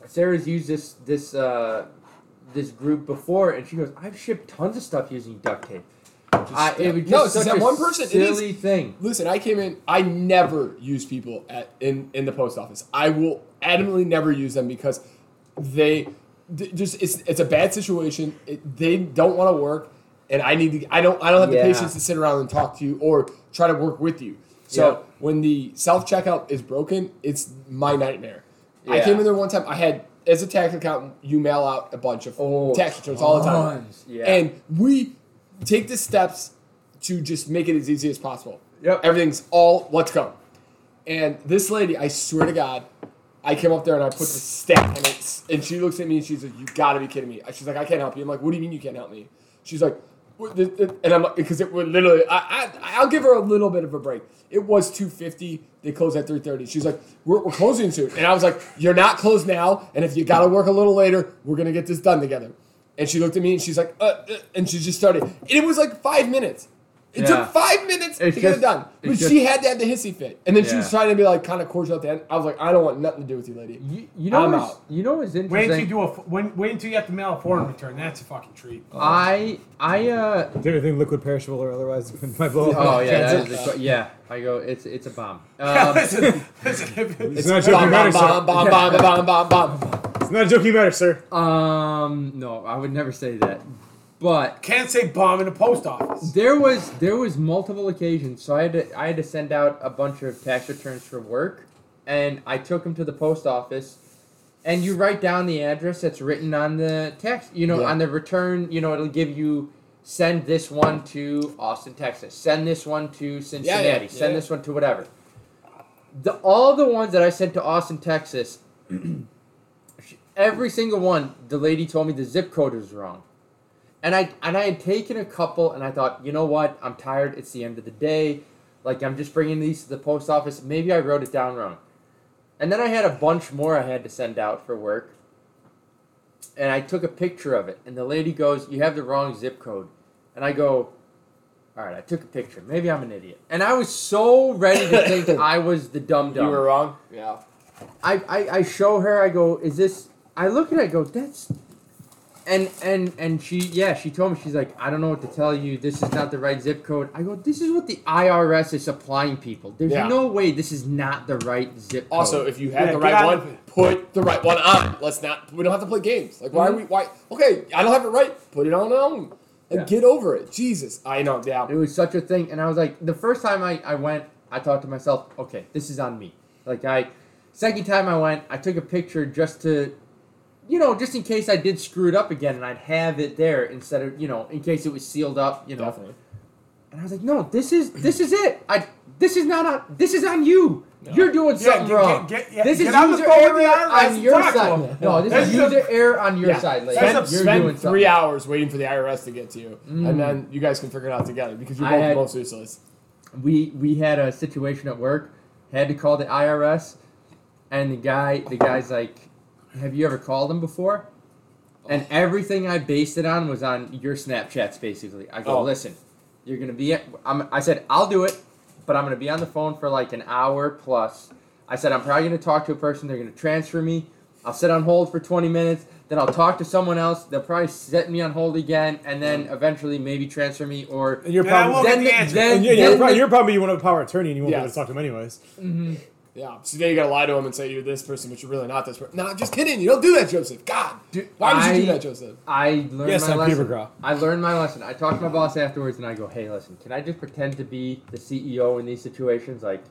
Sarah's used this this uh, this group before, and she goes, I've shipped tons of stuff using duct tape.
Just-
I, it was just
no, it's
such
that
a
one person. It is-
silly thing.
Listen, I came in. I never use people at in in the post office. I will adamantly never use them because they th- just it's it's a bad situation. It, they don't want to work, and I need to. I don't. I don't have
Yeah.
the patience to sit around and talk to you or try to work with you. So
Yeah.
when the self checkout is broken, it's my nightmare. I
Yeah.
came in there one time. I had as a tax accountant, you mail out a bunch of
Oh,
tax returns all the time,
tons. Yeah.
and we take the steps to just make it as easy as possible.
Yep.
Everything's all let's go. And this lady, I swear to God, I came up there and I put the stamp in it, and she looks at me and she's like, "You gotta be kidding me!" She's like, "I can't help you." I'm like, "What do you mean you can't help me?" She's like, "What the- the-" and I'm like, because it would literally, I, I, I'll give her a little bit of a break. It was 250. They closed at 330. She's like, we're, we're closing soon. And I was like, you're not closed now. And if you got to work a little later, we're going to get this done together. And she looked at me and she's like, uh, uh, and she just started. And it was like five minutes. It
Yeah.
took five minutes
It's
to get it
just-
done. But
it's just-
she had to have the hissy fit. And then she was
Yeah.
trying to be like kind of cordial at the end. I was like, I don't want nothing to do with you, lady.
You, you know
I'm
what's-
out.
you know what's
Wait until you
interesting.
do a when, wait until you have to mail a foreign return. That's a fucking treat.
Um, I I uh
Did anything liquid perishable or otherwise my blow
oh yeah that
That's
is a,
it.
que- yeah I go it's it's a bomb. Um,
listen, listen, if it-
It's not a
Bom,
joking
bom, bom,
matter, sir.
bom, bom, bom, bom, bom.
It's not a joking matter, sir.
um no I would never say that, but
can't say bomb in the post office.
there was there was multiple occasions so I had to I had to send out a bunch of tax returns for work, and I took them to the post office. And you write down the address that's written on the tax, you know,
Yeah.
on the return, you know, it'll give you send this one to Austin, Texas, send this one to Cincinnati,
yeah,
send
yeah.
this one to whatever. The all the ones that I sent to Austin, Texas, every single one, the lady told me the zip code was wrong. And I and I had taken a couple and I thought, you know what? I'm tired. It's the end of the day. Like I'm just bringing these to the post office. Maybe I wrote it down wrong. And then I had a bunch more I had to send out for work. And I took a picture of it. And the lady goes, You have the wrong zip code. And I go, All right, I took a picture. Maybe I'm an idiot. And I was so ready to think I was the dumb dumb.
You were wrong? Yeah.
I, I, I show her, I go, Is this. I look at it, I go, That's. And, and and she yeah she told me she's like I don't know what to tell you this is not the right zip code I go this is what the IRS is supplying people there's
Yeah.
no way this is not the right zip code
Also, if you have
Yeah,
the
get
right
out of
one,
it.
put the right one on. Let's not. We don't have to play games. Like, why are we?
Mm-hmm.
Why? Okay, I don't have it right. Put it on on. Like,
Yeah.
get over it. Jesus, I know. Yeah.
It was such a thing. And I was like, the first time I, I went, I thought to myself, okay, this is on me. Like, I, second time I went, I took a picture just to, you know, just in case I did screw it up again and I'd have it there instead of, you know, in case it was sealed up, you know.
Definitely.
And I was like, no, this is, this is it. I, this is not on, this is on you. You're doing
Yeah,
something
get-
wrong.
get- get- yeah,
this
get
is
on the
user
phone with
error
the IRS
on
and
your
talk to them.
side. No, this
That's
is
the-
user error on your
Yeah.
side. Like,
Spend,
you're
spend
doing something. Mm.
three hours waiting for the IRS to get to you, and then you guys can figure it out together because you're
I
both the
had-
most useless.
we we had a situation at work, had to call the IRS, and the guy the guy's like, "Have you ever called them before?"
Oh.
And everything I based it on was on your Snapchats, basically. I go,
Oh.
"Listen, you're gonna be," at, I'm, I said, "I'll do it, but I'm gonna be on the phone for like an hour plus." I said, "I'm probably gonna talk to a person. They're gonna transfer me. I'll sit on hold for 20 minutes." Then I'll talk to someone else. They'll probably set me on hold again, and then eventually maybe transfer me or
And you're
And I
probably.
will-
then,
the answer.
then,
And yeah, you're,
then
probably,
the-
you're probably you want a power of attorney and you won't be able
Yes.
to talk to him anyways.
Yeah. So then you gotta lie to him and say you're this person, but you're really not this person. No, I'm just kidding. You don't do that, Joseph. God, why would you do
I-
that, Joseph?
I learned
Yes,
my
I'm Peter
lesson.
McGraw.
I learned my lesson. I talked to my boss afterwards, and I go, "Hey, listen, can I just pretend to be the CEO in these situations? Like,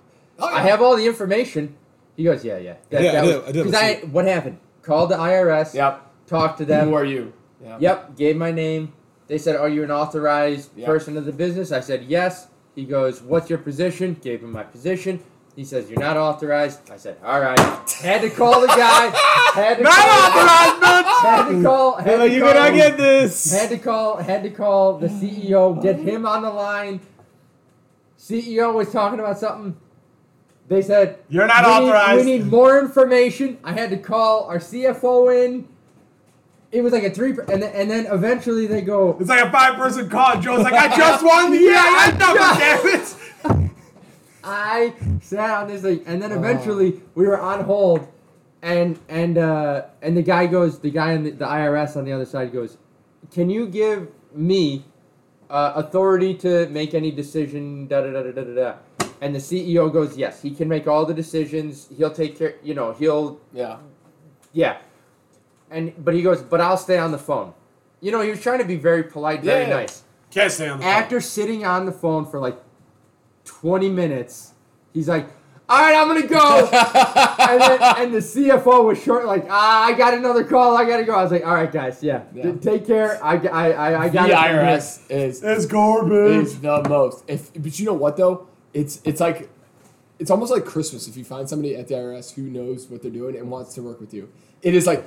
Oh, yeah.
I have all the information." He goes, "Yeah, yeah,
Yeah, I do- I do have a E
Because I,
seat.
what happened? Called the IRS.
Yep.
Talked to them.
Who are you? Yeah.
Yep, gave my name. They said, Are you an authorized
Yeah.
person of the business? I said, Yes. He goes, What's your position? Gave him my position. He says, You're not authorized. I said, All right. Had to call the guy. Had to
Not
call,
authorized, bitch!
Had to call. Had
Hell,
to
you
call,
gonna get this?
Had to call. Had to call the CEO. Get him on the line. CEO was talking about something. They said
You're not
we
authorized.
Need, we need more information. I had to call our CFO in. It was like a three, per- and then, and then eventually they go.
It's like a five person call. Joe's like, I just won the
Yeah, I just-
damn it.
I sat on this thing, and then eventually we were on hold, and and uh, and the guy goes, the guy in the, the IRS on the other side goes, can you give me uh, authority to make any decision? Da da da da da da. da." And the CEO goes, yes, he can make all the decisions. He'll take care. You know, he'll
Yeah.
Yeah. And but he goes, but I'll stay on the phone. You know, he was trying to be very polite, very
Yeah.
nice.
Can't stay on the phone.
After sitting on the phone for like twenty minutes, he's like, All right, I'm gonna go. and, then, and the CFO was short, like, ah, I got another call, I gotta go. I was like, All right, guys, yeah.
Yeah.
D- take care. I g- I I, I
The
got it from here."
IRS is
It's garbage.
is the most. If but you know what though, it's it's like it's almost like Christmas if you find somebody at the IRS who knows what they're doing and wants to work with you. It is like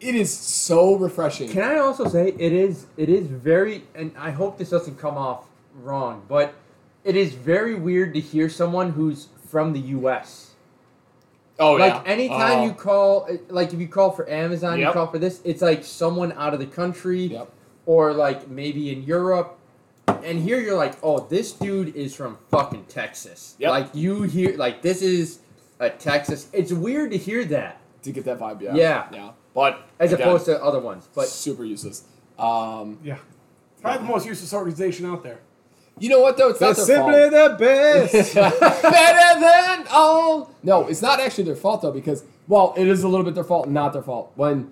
it is so refreshing.
Can I also say it is it is very and I hope this doesn't come off wrong, but it is very weird to hear someone who's from the US.
oh
like anytime
Oh.
you call uh, like if you call for Amazon, you
Yep.
call for this, it's like someone out of the country
Yep.
or like maybe in Europe. And here you're like, "Oh, this dude is from fucking Texas."
Yep.
Like you hear like this is a Texas. It's weird to hear that
to get that vibe, yeah.
Yeah.
Yeah. But
as
again,
opposed to other ones. But
super useless. Um,
Yeah. Probably the most useless organization out there.
you know what though? It's not
That's
their
simply
fault.
the best.
better than all. No, it's not actually their fault though because well, it is a little bit their fault, not their fault. When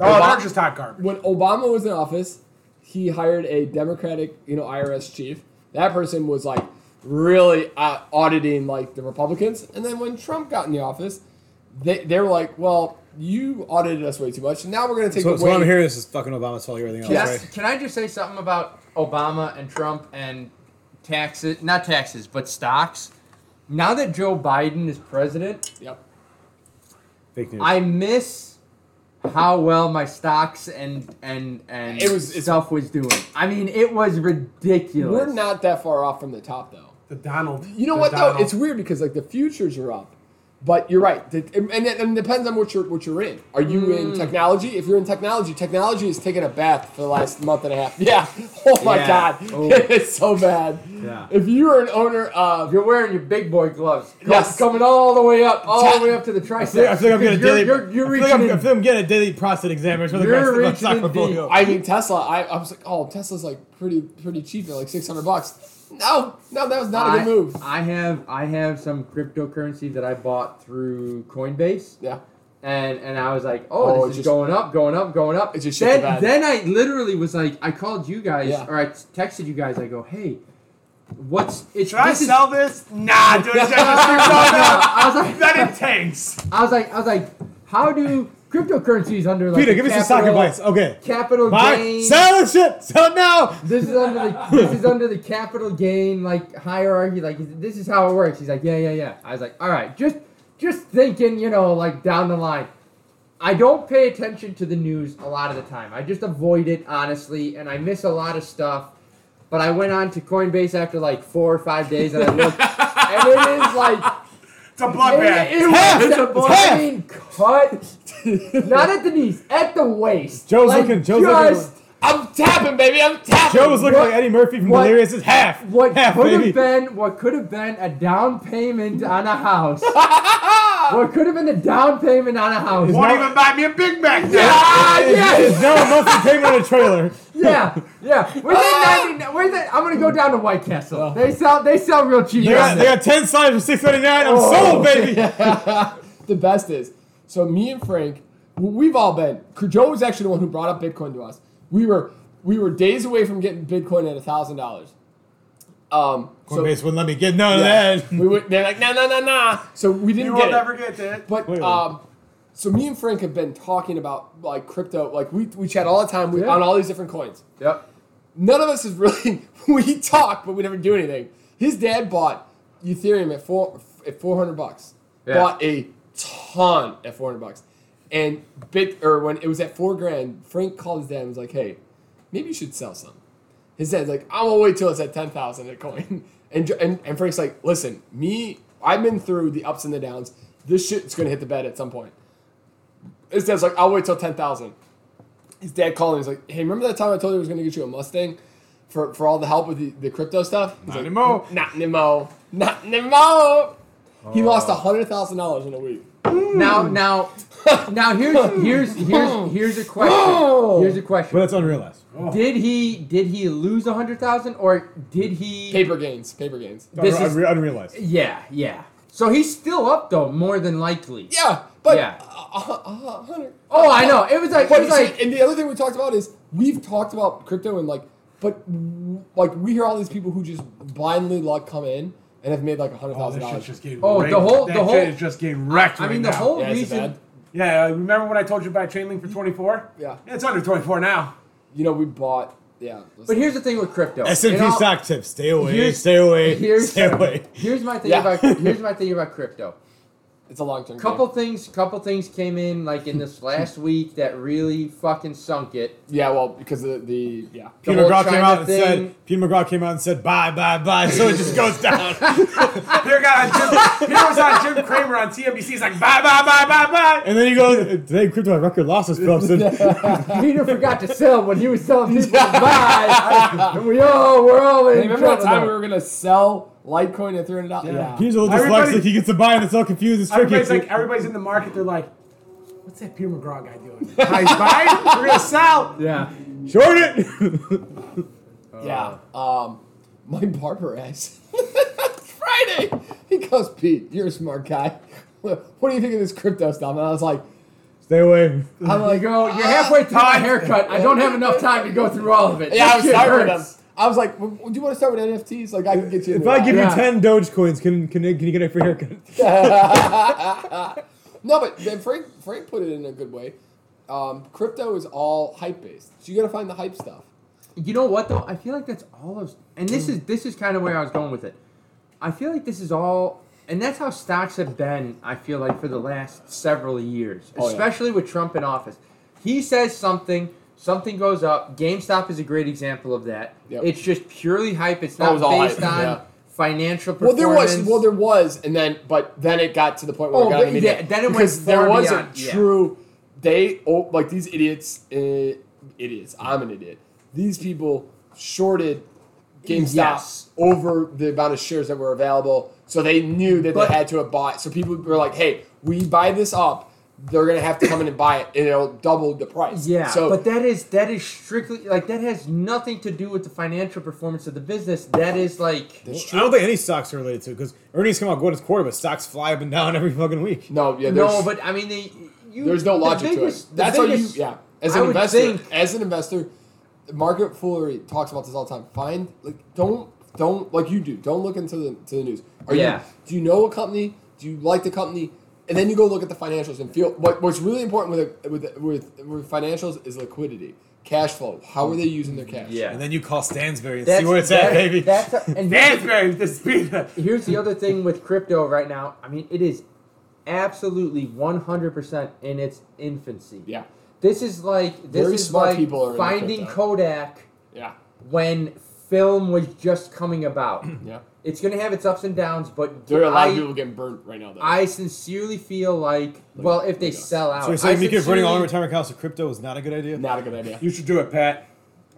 Oh,
Obama-
they're just hot garbage.
when Obama was in office, he hired a Democratic, you know, IRS chief. That person was like really uh, auditing like the Republicans. And then when Trump got in the office, they, they were like, "Well, you audited us way too much. Now we're going to take
so,
away."
so what I'm hearing is fucking Obama's fault. Everything else,
Yes.
right?
Can I just say something about Obama and Trump and taxes? Not taxes, but stocks. Now that Joe Biden is president,
Yep.
Fake news.
I miss how well my stocks and and and
It was- it's-
stuff was doing. I mean, it was ridiculous.
We're not that far off from the top though.
The Donald.
You know
The
what
Donald.
though? It's weird because like the futures are up, but you're right. The- And and it, and it depends on what you're what you're in. Are you in technology? If you're in technology, technology has taken a bath for the last month and a half. Yeah. Oh my
Yeah.
god,
Oh.
it's so bad.
Yeah.
If you are an owner of
You're wearing your big boy gloves. Co-
Yes.
coming all the way up, all
Ta-
the way up to the tricep.
I feel, I feel like I'm getting a
you're,
daily.
you're, you're
I, feel like I'm,
reaching.
I
in-
feel like I'm getting a daily prostate examiner for the
You're
rest of my
reaching
stock
in
portfolio.
I mean Tesla, I, I was like, oh, Tesla's like pretty pretty cheap, at like six hundred bucks. No, no, that was not a
I,
good move.
I have I have some cryptocurrency that I bought through Coinbase.
yeah.
and and I was like, oh,
Oh,
this
it
is
just-
going up, going up, going up.
It just shit the
then,
bed.
then I literally was like, I called you guys
Yeah.
or I texted you guys. I go, hey, what's it's
Should I
this is-
sell this? Nah, dude. It's just
I was like,
Then it tanks.
I was like, I was like, how do cryptocurrencies under like
Peter,
the
give me some stock
capital-
advice. Okay.
Capital
Buy,
gain.
sell this shit. Sell it now.
This is under the this is under the capital gain like hierarchy. Like this is how it works. He's like, yeah, yeah, yeah. I was like, all right, just just thinking, you know, like down the line. I don't pay attention to the news a lot of the time. I just avoid it honestly, and I miss a lot of stuff. But I went on to Coinbase after like four or five days, and I looked, and it is like
It's a
it,
bloodbath.
it
half.
was
It's
a
a half.
plain cut, not at the knees, at the waist.
Joe's
Like,
looking- Joe's looking-
just
I'm tapping, baby. I'm tapping.
Joe was looking
What-
like Eddie Murphy from
what-
Delirious. Is half.
What
half,
could
baby.
have been what could have been a down payment on a house. what could have been a down payment on a house.
Won't
not-
even buy me a Big Mac. Yeah.
Ah,
It's
yes!
now a monthly payment on a trailer.
yeah, yeah. Where's that 99? Where's that? I'm gonna go down to White
Oh.
Castle. They sell they sell real cheap.
They
down
got, they
there.
got 10 slides for six ninety nine. I'm
Oh.
sold, baby.
the best is so me and Frank, well, we've all been. Joe was actually the one who brought up Bitcoin to us. We were we were days away from getting Bitcoin at thousand dollars. Um, so-
Coinbase wouldn't let me get none
yeah.
of that.
we were, they're like, no, no, no, no. So we didn't
You
get
will
it.
never get that.
But
Clearly.
um, so me and Frank have been talking about like crypto. Like we we chat all the time we,
Yeah.
on all these different coins.
Yep.
None of us is really we talk, but we never do anything. His dad bought Ethereum at four at four hundred bucks.
Yeah.
Bought a ton at four hundred bucks, and bit or when it was at four grand, Frank called his dad and was like, "Hey, maybe you should sell some." His dad's like, "I'm gonna wait till it's at ten thousand at coin," and, Dr- and and Frank's like, "Listen, me, I've been through the ups and the downs. This shit's gonna hit the bed at some point." His dad's like, "I'll wait till ten thousand his dad called him. He's like, "Hey, remember that time I told you I was going to get you a Mustang for, for all the help with the, the crypto stuff?" He's
Not
like,
anymore.
Not anymore. Not anymore. He
Oh.
lost hundred thousand dollars in a week.
Now, now, now. Here's here's here's here's a question. Here's a
But
question.
that's unrealized.
Did he did he lose a hundred thousand or did he?
Paper gains. Paper gains.
This
Unre-
is-
unre- unrealized.
Yeah, yeah. So he's still up though, more than likely.
Yeah, but
Yeah.
uh, uh, uh, hundred.
Oh, I know. It was like
But
it was
see,
like
and the other thing we talked about is we've talked about crypto and like, but like we hear all these people who just blindly like come in and have made like hundred
Oh,
thousand
this shit's
dollars.
just getting
Oh,
wrecked.
the whole-
that
the
shit
whole-
is just getting wrecked.
I mean
right
the
now.
whole
Yeah, is it
reason.
bad?
Yeah, uh, remember when I told you to buy Chainlink for twenty four?
Yeah.
it's under twenty four now.
You know, we bought. Yeah.
But here's the thing with crypto.
S&P
It all-
stock tips. Stay away.
Here's-
Stay away.
here's-
Stay away.
Here's my thing
Yeah.
about here's my thing about crypto.
it's a long term.
Couple things, couple things came in like in this last week that really fucking sunk it.
Yeah, well, because of the yeah.
The
Peter
whole
McGraw came
China
out and
thing.
said, Peter McGraw came out and said, bye, bye, bye. So it just goes down.
Here got Jim, here was on Jim Kramer on CNBC. He's like bye bye bye bye bye.
and then he goes, today crypto had record losses, Thompson.
Peter forgot to sell when he was selling people to buy, and we all were all in
Hey, remember that
trouble.
time we were gonna sell Litecoin at three hundred dollars?
Yeah.
He's a little
Everybody-
dyslexic. He gets to buy and it's all confused. It's tricky.
Everybody's like everybody's in the market. They're like, what's that Peter McGraw guy doing? Ah, He's buying. We're gonna sell.
yeah.
Short it.
Yeah. Um, my barber asked Friday. He goes, Pete, you're a smart guy. What do you think of this crypto stuff? And I was like,
Stay away.
I'm like,
Go, you're halfway through my haircut. I don't have enough time to go through all of it.
yeah,
That
I was
shit
sorry with him.
hurts.
I was like, well, do you want to start with NFTs? Like, I can get you.
If
into
I
that.
give
Yeah.
you 10 Dogecoins, can, can, can you get a free haircut?
No, but then Frank Frank put it in a good way. Um, crypto is all hype based, so you got to find the hype stuff.
You know what though? I feel like that's all of, and this is this is kind of where I was going with it. I feel like this is all, and that's how stocks have been. I feel like for the last several years,
Oh, yeah.
especially with Trump in office, he says something, something goes up. GameStop is a great example of that.
Yep.
It's just purely hype. It's
That
not
was all
based
hype,
on
yeah.
financial
Well,
performance.
there was, well, there was, and then, but then it got to the point where
Oh,
it got on the
but
media.
yeah, then it went
because there
far
was
beyond,
a
yeah.
true. They oh, like these idiots, uh, idiots. I'm an idiot. These people shorted GameStop
Yes.
over the amount of shares that were available, so they knew that
But-
they had to have bought. So people were like, "Hey, we buy this up." They're gonna have to come in and buy it, and it'll double the price.
Yeah,
So
but that is that is strictly like that has nothing to do with the financial performance of the business. That is like
I don't think any stocks are related to it because earnings come out good as quarter, but stocks fly up and down every fucking week.
no, yeah, there's,
no, but I mean they. You,
There's no
the
logic
biggest-
to
the
it. That's how you
biggest-
yeah. As
I
an
would
investor,
think-
as an investor, Margaret Foolery talks about this all the time. Find like don't don't like you do. Don't look into the to the news. Are
Yeah.
you do you know a company? Do you like the company? And then you go look at the financials and feel what, what's really important with a, with with with financials is liquidity, cash flow. How are they using their cash?
Yeah.
And then you call Stansbury and
That's-
see where it's
that-
at, baby.
That's a, and here's, the-
Dansbury, this Peter.
here's the other thing with crypto right now. I mean, it is absolutely 100% in its infancy.
Yeah.
This is like this
Very
is
smart
like
people are into
finding
crypto.
Kodak
Yeah.
when film was just coming about.
Yeah.
It's going to have its ups and downs, but
There are a lot
I,
of people getting burnt right now though.
I sincerely feel like, well, if they
like us.
sell out,
so you're
I
saying me converting
sincerely-
all your retirement accounts to crypto is not a good idea?
Not a good idea.
You should do it, Pat.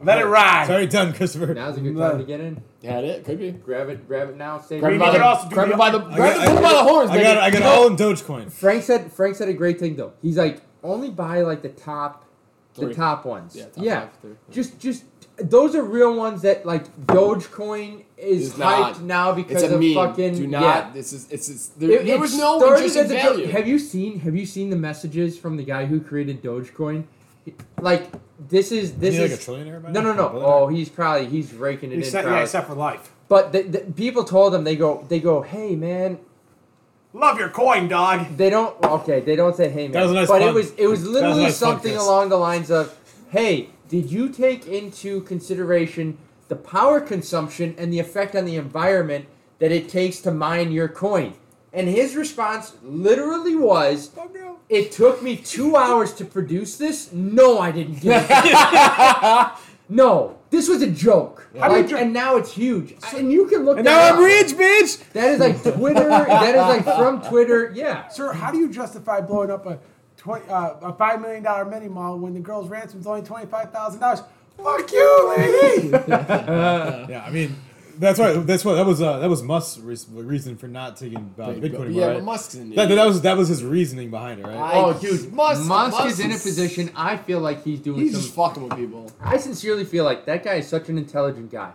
Let it ride.
It's already done, Christopher.
Now's a good time to get in.
Yeah, it could be.
Grab it, grab it now. Save
Grab
Maybe
it
it.
by
you
the
could also do
grab
the-
it by the
I
grab
got-
it by the horns.
I got,
baby.
I got
You know-
all in Dogecoin.
Frank said Frank said a great thing though. He's like only buy like the top, the
Three.
top ones. Yeah,
Yeah, top five, three.
just just those are real ones that like Dogecoin is
It's
hyped
not.
now because
It's a
of
meme.
fucking
Do not.
yeah.
This is. It's. it's there,
It-
there
it
was no
started
interesting
as a jo-
value.
have you seen Have you seen the messages from the guy who created Dogecoin? Like this is this
Isn't he
is
like a trillionaire by
No,
now?
no, no.
Billionaire?
Oh, he's probably he's raking it in.
Except, yeah,
probably.
except for life.
But the, the, people told him they go they go hey man
Love your coin, dog.
They don't. Okay, they don't say "Hey man,"
That was a nice
but it
pun.
was it was
That was a
literally
nice pun,
something
Chris.
along the lines of, "Hey, did you take into consideration the power consumption and the effect on the environment that it takes to mine your coin?" And his response literally was,
Fuck no.
It took me two hours to produce this. No, I didn't get it. No, this was a joke.
I mean,
Like, and now it's huge. and you can look
And
that
now I'm
up.
rich, bitch.
That is like Twitter. that is like from Twitter. Yeah.
Sir, how do you justify blowing up a twenty uh, a five million dollar mini mall when the girl's ransom's only twenty five thousand dollars? Fuck you, lady.
Yeah, I mean, that's why. That's why that was uh, that was Musk's reas- reason for not taking uh, Bitcoin.
yeah,
right?
but Musk's an
that,
idiot.
that was that was his reasoning behind it, right?
I-
Oh, dude,
Musk-
Musk, is, in a
Musk is-
position. I feel like he's doing
He's
some.
just fucking with people.
I sincerely feel like that guy is such an intelligent guy.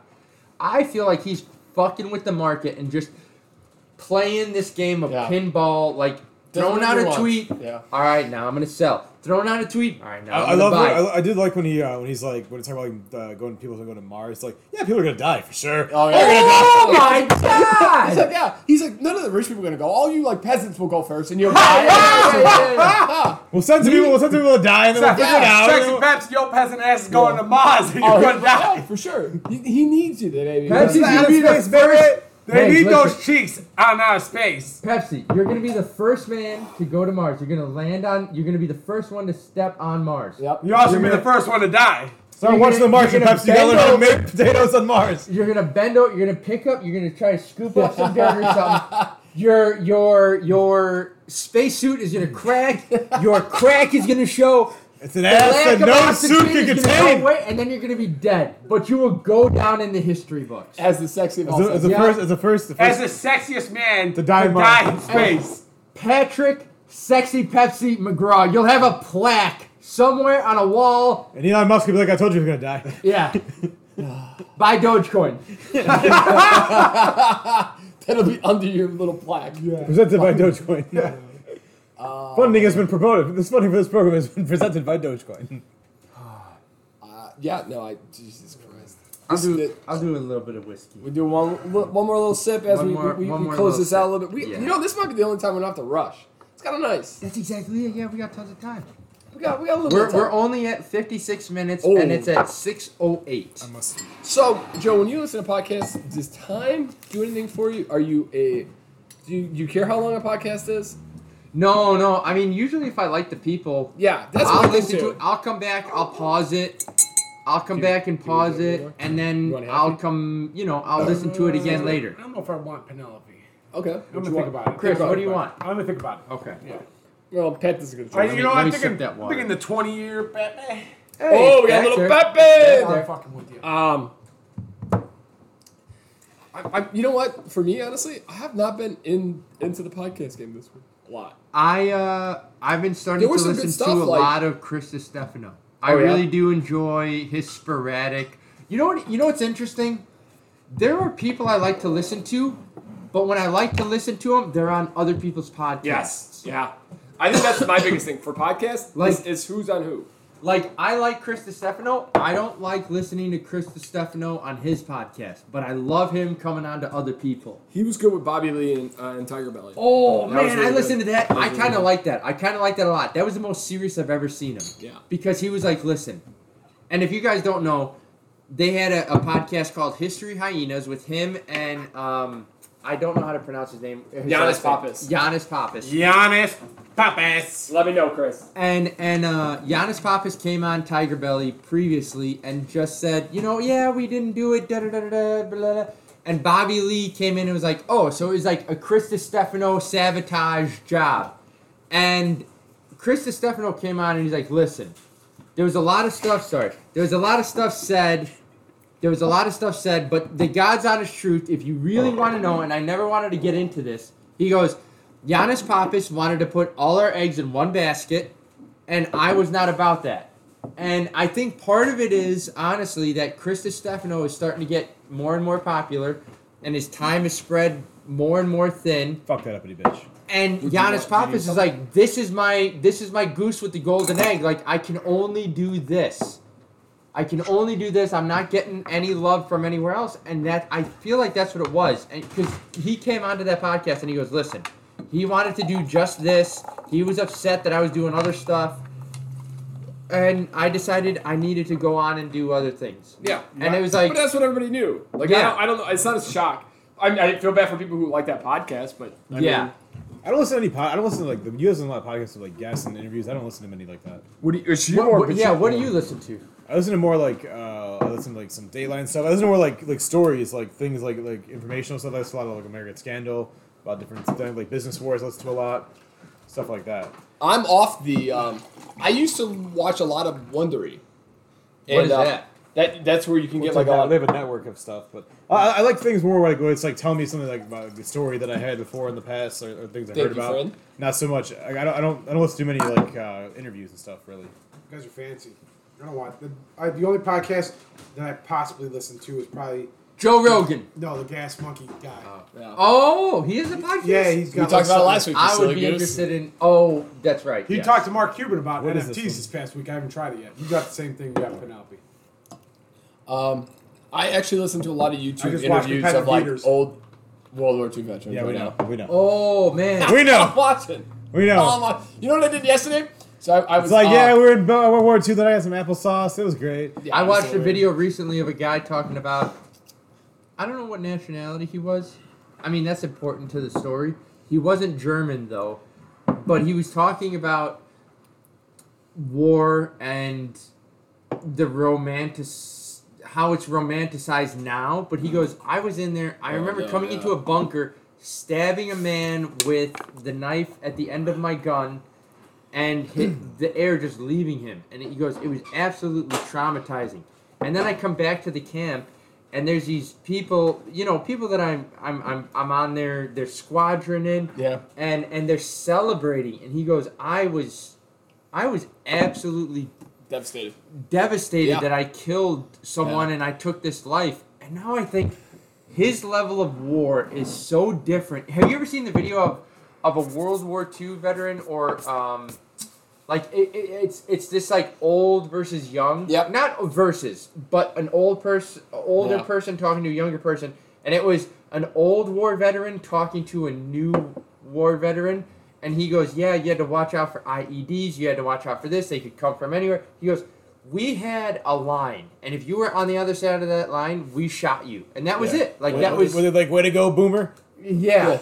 I feel like he's fucking with the market and just playing this game of
Yeah.
pinball, like
Does
throwing out
whatever
a
he wants.
tweet.
Yeah.
All right, now I'm gonna sell. Throwing out a tweet. All right, now
I,
I'm
I
gonna
love.
buy.
When, I, I did like when he uh, when he's like when it's talking about like, uh, going people who go to Mars. Like, yeah, people are gonna die for sure.
Oh, yeah.
oh my
He's like,
god!
yeah. He's like, none of the rich people are gonna go. All you like peasants will go first, and you'll.
Yeah, yeah, yeah, yeah.
We'll send some people. We'll send some people to die, and then we'll
Sex
figure it out.
sex and Pepsi, your peasant ass is going to Mars and
Oh,
you're going to
yeah,
die.
for sure. He, he needs you today.
That's
baby.
it.
Outer
be the
space, baby. They
Hey,
need
listen.
those cheeks on our space.
Pepsi, you're gonna be the first man to go to Mars. You're gonna land on. You're gonna be the first one to step on Mars.
Yep.
You also be the first one to die.
Start
You're
watching the
gonna- you're
Martian
gonna
Pepsi. You gotta learn how to
bend
make potatoes on Mars.
You're gonna bend over. You're gonna pick up. You're gonna try to scoop up some dirt or something. Your your your spacesuit is gonna crack. Your crack is gonna show.
It's an
The
ass
lack
that
of
no
oxygen
suit
is
can
gonna
contain.
go away, and then you're gonna be dead. But you will go down in the history books.
As the sexy of
As
all
the, as the
sexes.
Yeah.
first, as the first, the
As
first.
the sexiest man
To die in Mars.
in space.
Patrick, sexy Pepsi McGraw. You'll have a plaque somewhere on a wall.
and Elon Musk could be like, "I told you he was gonna die."
Yeah. Buy Dogecoin.
That'll be under your little plaque. Yeah.
Presented by Dogecoin. funding has been promoted. This funding for this program has been presented by Dogecoin.
Uh, yeah. No. I. Jesus Christ.
I'll
This is
do,
it.
I'll do a little bit of whiskey.
We do one li- one more little sip as
One
we,
more-
we, we,
one
we
more
close
little
this out a
sip.
little bit. We,
Yeah.
You know, this might be the only time we don't have to rush. It's kind of nice.
That's exactly it. Yeah, we got tons of time.
We got we got a little bit
We're,
of time.
we're only at 56 minutes
Oh.
and it's at 608.
must.
So, Joe, when you listen to podcasts, does time do anything for you? Are you a do you, do you care how long a podcast is?
No, no. I mean, usually if I like the people,
Yeah, that's what
I'll
I listen
listen to it. I'll come back, I'll pause it. I'll come
Do you-
back and
do you
pause
want
it
more?
and
You
then
want
I'll
half?
come, you know, I'll listen to it again later.
I don't know if I want Penelope.
Okay,
I'm
what
gonna
you
think
want?
about it.
Chris,
Think
what
about
do you
it.
want?
I'm gonna think about it.
Okay.
Yeah.
Well, Pat is gonna
I,
try.
you
me-
know,
let
I'm
me
thinking,
sip that
I'm
water.
thinking the 20 year Pepe.
Oh, we got a
back
little Pepe.
there.
I'm fucking with you.
Um, I, I, you know what? For me, honestly, I have not been in into the podcast game this week a lot.
I uh I've been starting
There
to
was some good
listen to
stuff,
a
like-
lot of Chris Stefano. I
Oh, yeah?
really do enjoy his sporadic. You know what? You know what's interesting? There are people I like to listen to, but when I like to listen to them, they're on other people's podcasts.
yeah. I think that's my biggest thing for podcasts.
Like-
is, is who's on who.
Like I like Chris Stefano. I don't like listening to Chris Stefano on his podcast, but I love him coming on to other people.
He was good with Bobby Lee and, uh, and Tiger Belly. That
Oh
was
man,
really
I
good.
listened to that.
That was
I
really
kind of
good.
like that. I kind of like that a lot. That was the most serious I've ever seen him.
Yeah.
Because he was like, listen, and if you guys don't know, they had a, a podcast called History Hyenas with him and um, I don't know how to pronounce his name. his
Giannis
last name.
Pappas.
Giannis Pappas.
Giannis Pappas.
Let me know, Chris.
And and uh, Giannis Pappas came on Tiger Belly previously and just said, you know, yeah, we didn't do it, da da da da da. blah, blah." And Bobby Lee came in and was like, oh, so it was like a Chris Stefano sabotage job. And Chris Stefano came on and he's like, listen, there was a lot of stuff. Sorry, there was a lot of stuff said. There was a lot of stuff said, but the God's honest truth, if you really want to know, and I never wanted to get into this, he goes, Giannis Pappas wanted to put all our eggs in one basket, and I was not about that. And I think part of it is honestly that Chris Stefano is starting to get more and more popular, and his time is spread more and more thin.
Fuck that uppity bitch.
And
Would you want-
Giannis
do you need
Pappas is like, this is my this is my goose with the golden egg. Like I can only do this. I can only do this. I'm not getting any love from anywhere else. And that I feel like that's what it was. And because he came onto that podcast and he goes, listen, he wanted to do just this. He was upset that I was doing other stuff. And I decided I needed to go on and do other things.
Yeah,
And it was like-
but that's what everybody knew. Like,
Yeah.
I, don't, I don't know. It's not a shock. I, mean, I feel bad for people who like that podcast, but I
yeah.
mean,
I don't listen to any pod. I don't listen to like the you listen to a lot of podcasts with like guests and interviews. I don't listen to many like that.
What do you, so you're
What-
more
what- yeah,
particular.
what do you listen to?
I listen to more like uh, I listen to like some Dateline stuff. I listen to more like like stories, like things like like informational stuff. I listen to a lot of like American Scandal about different things, like business wars. I listen to a lot stuff like that.
I'm off the. Um, I used to watch a lot of Wondery. uh,
What is that?
That that's where you can get
Well,
like a
it's like that-
lot.
they have a network of stuff, but I, I like things more where like where it's like tell me something like about the story that I had before in the past or, or things I
Thank
heard
you,
about.
friend.
Not so much. I, I don't. I don't. I don't listen to many like uh, interviews and stuff. Really.
You guys are fancy. I don't want the, I, the only podcast that I possibly listen to is probably
Joe Rogan.
no the Gas Monkey guy.
Uh,
Yeah.
Oh, he is a podcast.
yeah, he's got.
we talked about it last week.
I
Priscilla
would be
Goose.
interested in. Oh, that's right.
He
yes.
talked to Mark Cuban about
What is
NFTs
this
this, past week. I haven't tried it yet. You got the same thing you got Penelope.
Um, I actually listen to a lot of
I
YouTube
just watched
interviews
Competitive
of like
Eaters.
old World War II veterans.
Yeah, we
right
know.
now.
We know.
Oh man.
We know.
I'm watching.
We know.
Oh, my- you know what I did yesterday? So I, I was
It's like
uh,
yeah, we were in Bo- World War II. Then I had some applesauce. It was great.
yeah,
I
it was
watched
so
a
weird.
video recently of a guy talking about. I don't know what nationality he was. I mean, that's important to the story. He wasn't German though, but he was talking about war and the romantic how it's romanticized now. But he goes, I was in there. I
Oh,
remember
no,
coming
yeah.
into a bunker, stabbing a man with the knife at the end of my gun and hit the air just leaving him. And he goes, it was absolutely traumatizing. And then I come back to the camp, and there's these people, you know, people that I'm I'm I'm, I'm on their their squadron in,
Yeah.
and and they're celebrating. And he goes, I was, I was absolutely
Devastated.
devastated
Yeah.
that I killed someone and I took this life. And now I think his level of war is so different. Have you ever seen the video of of a World War II veteran or um like it, it, it's it's this like old versus young.
Yep.
Not versus, but an old person older
Yeah.
person talking to a younger person and it was an old war veteran talking to a new war veteran and he goes, "Yeah, you had to watch out for IEDs. You had to watch out for this. They could come from anywhere." He goes, "We had a line, and if you were on the other side of that line, we shot you, and that was
Yeah.
it. Like
Were-
that was,
were they like way to go, Boomer.
yeah."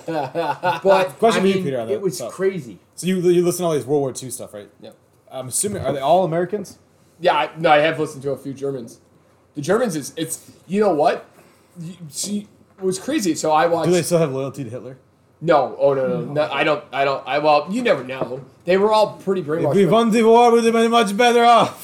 But
Question
I
for you,
mean,
Peter, on that
it was
stuff.
crazy.
So you you listen to all these World War II stuff, right?
Yeah.
I'm assuming are they all Americans?
Yeah, I, no, I have listened to a few Germans. The Germans is it's you know what? You, she it was crazy. So I watched.
Do they still have loyalty to Hitler?
no, oh no, no, no, I don't, I don't. I well, you never know. They were all pretty brainwashed.
If we
but-
won the war, we'd have been much better off.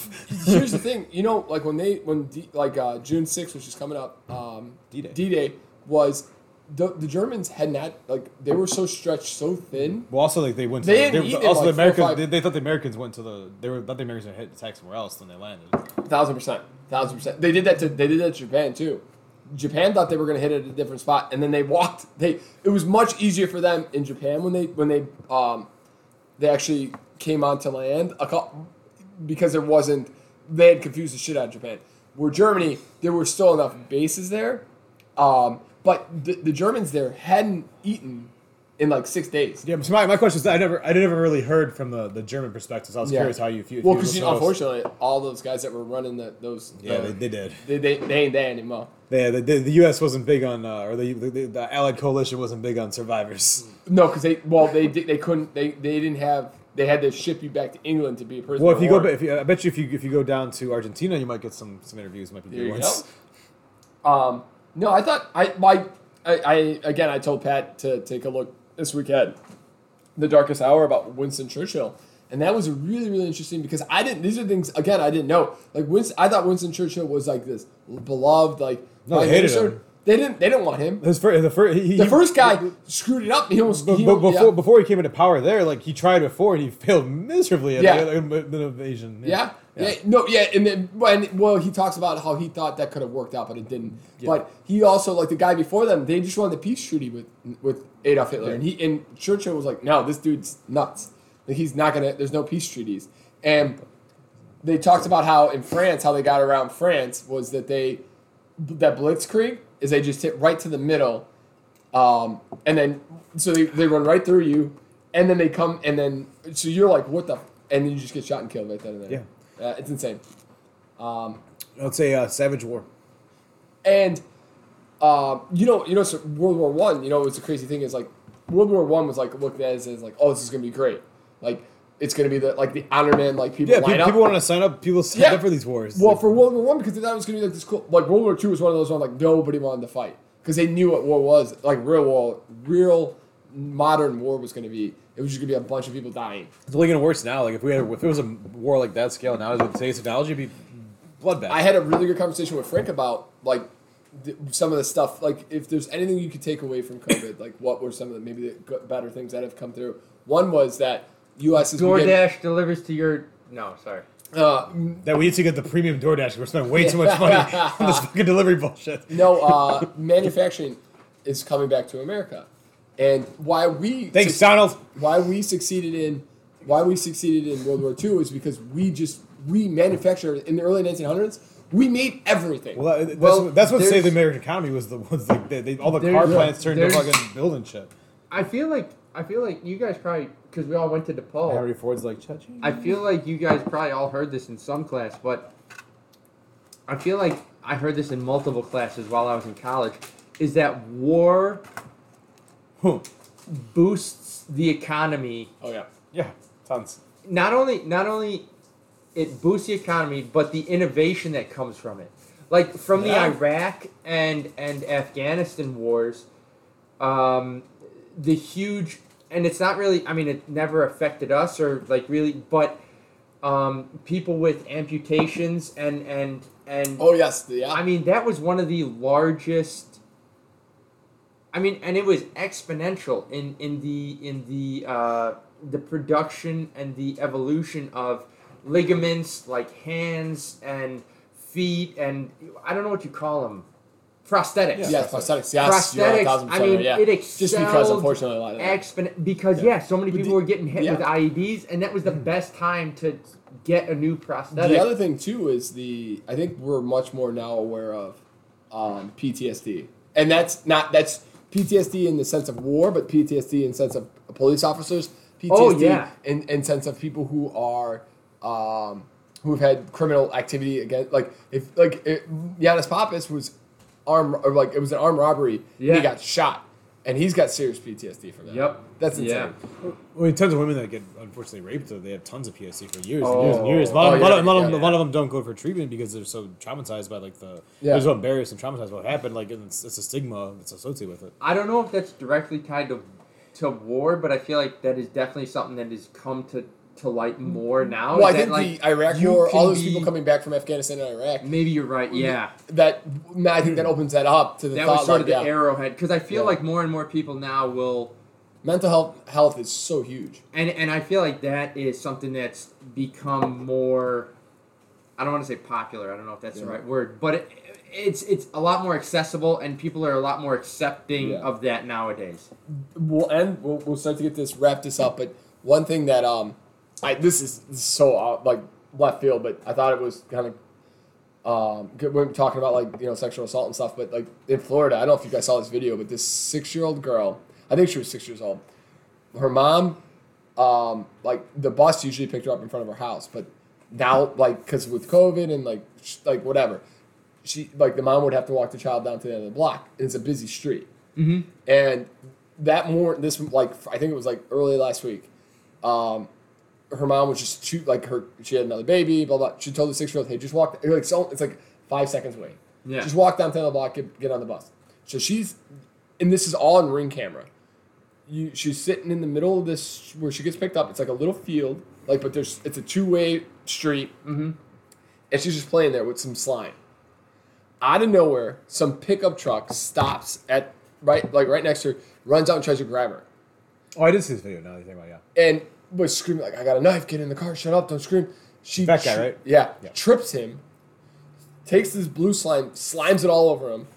here's the thing you know like when they when D, like uh, june 6th which is coming up um,
D-Day.
d-day was the, the germans had not like they were so stretched so thin
Well, also like they went. To
They
the-
didn't eat in, like,
also the
four or
Americans.
five-
They, they thought the Americans went to the. They were thought the Americans had hit attack somewhere else than they landed.
thousand percent thousand percent they did that to they did that to japan too japan thought they were going to hit it at a different spot and then they walked they it was much easier for them in japan when they when they um they actually came onto land a couple, because there wasn't they had confused the shit out of Japan. Where Germany, there were still enough bases there, um, but the, the Germans there hadn't eaten in like six days.
Yeah. So my, my question is, that I never I never really heard from the, the German perspective. So I was
Yeah.
curious how you. If you if
well,
you
because you
listen to all those-
unfortunately, all those guys that were running the, those
Yeah,
the-
they, they did.
they, they, they ain't there anymore.
Yeah, the, the, the U.S. wasn't big on, uh, or the, the the Allied coalition wasn't big on survivors.
No, because they well they did, they couldn't they they didn't have they had to ship you back to England to be a prisoner.
Well, if you
of
go,
war.
if you, I bet you if you if you go down to Argentina, you might get some some interviews. Might be
There
good
you
ones.
go. Um, no, I thought I my I, I again I told Pat to take a look this weekend, the darkest hour about Winston Churchill, and that was really really interesting because I didn't. These are things again I didn't know. Like Winston, I thought Winston Churchill was like this beloved like.
No, they
like,
hated
they
him.
They didn't. They didn't want him.
His first, the first, he,
The
he-
first guy screwed it up. He almost.
But,
he-
but before
yeah.
before he came into power, there like he tried before and he failed miserably at
Yeah.
the, the invasion.
Yeah. Yeah. No. Yeah. And then when well, he talks about how he thought that could have worked out, but it didn't.
Yeah.
But he also like the guy before them, they just wanted the peace treaty with with Adolf Hitler, and he and Churchill was like, no, this dude's nuts. Like he's not gonna. There's no peace treaties, and they talked about how in France, how they got around France was that they that blitzkrieg is they just hit right to the middle, um, and then so they, they run right through you, and then they come and then so you're like what the, f-? and then you just get shot and killed right then and there. Yeah, uh, it's insane. Um,
Let's say uh, Savage War.
and um, you know, you know, so World War One. You know, it was a crazy thing. Is like World War One was like looked at as, as like, oh, this is gonna be great. Like it's gonna be the like the honor man, like people
Yeah,
line
people,
up.
people want to sign up. People sign
Yeah.
up for these wars.
well,
Like,
for World War One because they thought it was gonna be like this cool. Like World War Two was one of those ones like nobody wanted to fight because they knew what war was like real war, real modern war was gonna be. It was just gonna be a bunch of people dying.
it's only getting worse now. Like if we had, if it was a war like that scale now with today's technology, it'd be bloodbath.
I had a really good conversation with Frank about like th- some of the stuff. Like, if there's anything you could take away from COVID, like what were some of the maybe the go- better things that have come through? One was that U.S. is beginning-
DoorDash delivers to your. No, sorry.
uh,
that we need to get the premium DoorDash. We're spending way too much money on this fucking delivery bullshit.
no uh, manufacturing is coming back to America, and why we
Thanks,
suc-
Donald.
why we succeeded in why we succeeded in World War II is because we just we manufactured in the early 1900s. We made everything.
Well, that- that's,
Well,
what- that's what
there's-
saved the American economy was the ones like they, they, all the
There's-
car plants turned into
there's-
fucking building shit.
I feel like I feel like you guys probably because we all went to DePaul.
Henry Ford's like, Cha-ching.
I feel like you guys probably all heard this in some class, but I feel like I heard this in multiple classes while I was in college. Is that war
Hmm.
boosts the economy?
oh yeah.
yeah, tons.
Not only not only it boosts the economy, but the innovation that comes from it. Like from
Yeah.
the Iraq and and Afghanistan wars, um, the huge and it's not really. I mean, it never affected us or like really, but um, people with amputations and and and
Oh yes. Yeah.
I mean that was one of the largest. I mean, and it was exponential in in the in the uh, the production and the evolution of ligaments like hands and feet and I don't know what you call them, prosthetics.
Yeah.
Yes, prosthetics. Yes, you're a
Prosthetics,
thousand
I
percent.
mean,
right, yeah.
it
just because,
excelled
unfortunately, a lot of that.
Expon- because
Yeah.
yeah. so many
But
people
the-
were getting hit
yeah. Mm.
with IEDs, and that was the best time to get a new prosthetic.
The other thing too is the I think we're much more now aware of um, PTSD, and that's not that's PTSD in the sense of war, but PTSD in sense of police officers, PTSD
Oh, yeah.
in in sense of people who are um, who have had criminal activity against like if like it, Giannis Pappas was arm or like it was an armed robbery, and
Yeah.
he got shot, and he's got serious PTSD from that.
Yep.
that's insane.
Yeah.
I mean, tons of women that get unfortunately raped, though, they have tons of PSC for years and
Oh.
years and years. A lot, of,
Oh,
a lot
yeah,
of- a lot of-
yeah.
a lot of them don't go for treatment because they're so traumatized by like the
Yeah.
they're so embarrassed and traumatized by what happened. Like and it's, it's a stigma that's associated with it.
I don't know if that's directly tied to to war, but I feel like that is definitely something that has come to, to light more now.
Mm-hmm. Well, I
is that,
think
like,
the Iraq
you
War,
can
all those
be-
people coming back from Afghanistan and Iraq,
Maybe you're right. Yeah,
that no, I think that opens that up to the
that
thought
was
like,
sort of the
yeah,
arrowhead because I feel
Yeah.
like more and more people now will,
mental health health is so huge.
and and I feel like that is something that's become more. I don't want to say popular. I don't know if that's the
Yeah.
right word, but it, it's it's a lot more accessible, and people are a lot more accepting
Yeah.
of that nowadays.
We'll end. We'll, we'll start to get this wrap this up. But one thing that um, I this is, this is so out, like left field, but I thought it was kind of um, good, we're talking about like you know sexual assault and stuff. But like in Florida, I don't know if you guys saw this video, but this six year old girl, I think she was six years old. Her mom um, like the bus usually picked her up in front of her house, but now like because with COVID and like sh- like whatever, she like the mom would have to walk the child down to the end of the block, and it's a busy street. Mm-hmm. And that more this like I think it was like early last week, um, her mom was just shoot like her she had another baby, blah blah. She told the six year old, hey, just walk like so it's like five seconds away.
Yeah.
Just walk down to the end of the block, get, get on the bus. So she's, and this is all in ring camera you she's sitting in the middle of this where she gets picked up. It's like a little field, like but there's it's a two way street, mm-hmm. and she's just playing there with some slime. Out of nowhere, some pickup truck stops at right like right next to her, runs out and tries to grab her,
Oh, I did see this video. Now that you think about it, yeah.
and was screaming like, "I got a knife! Get in the car! Shut up! Don't scream!" She
That guy,
she-
right?
Yeah,
Yeah.
trips him, takes this blue slime, slimes it all over him,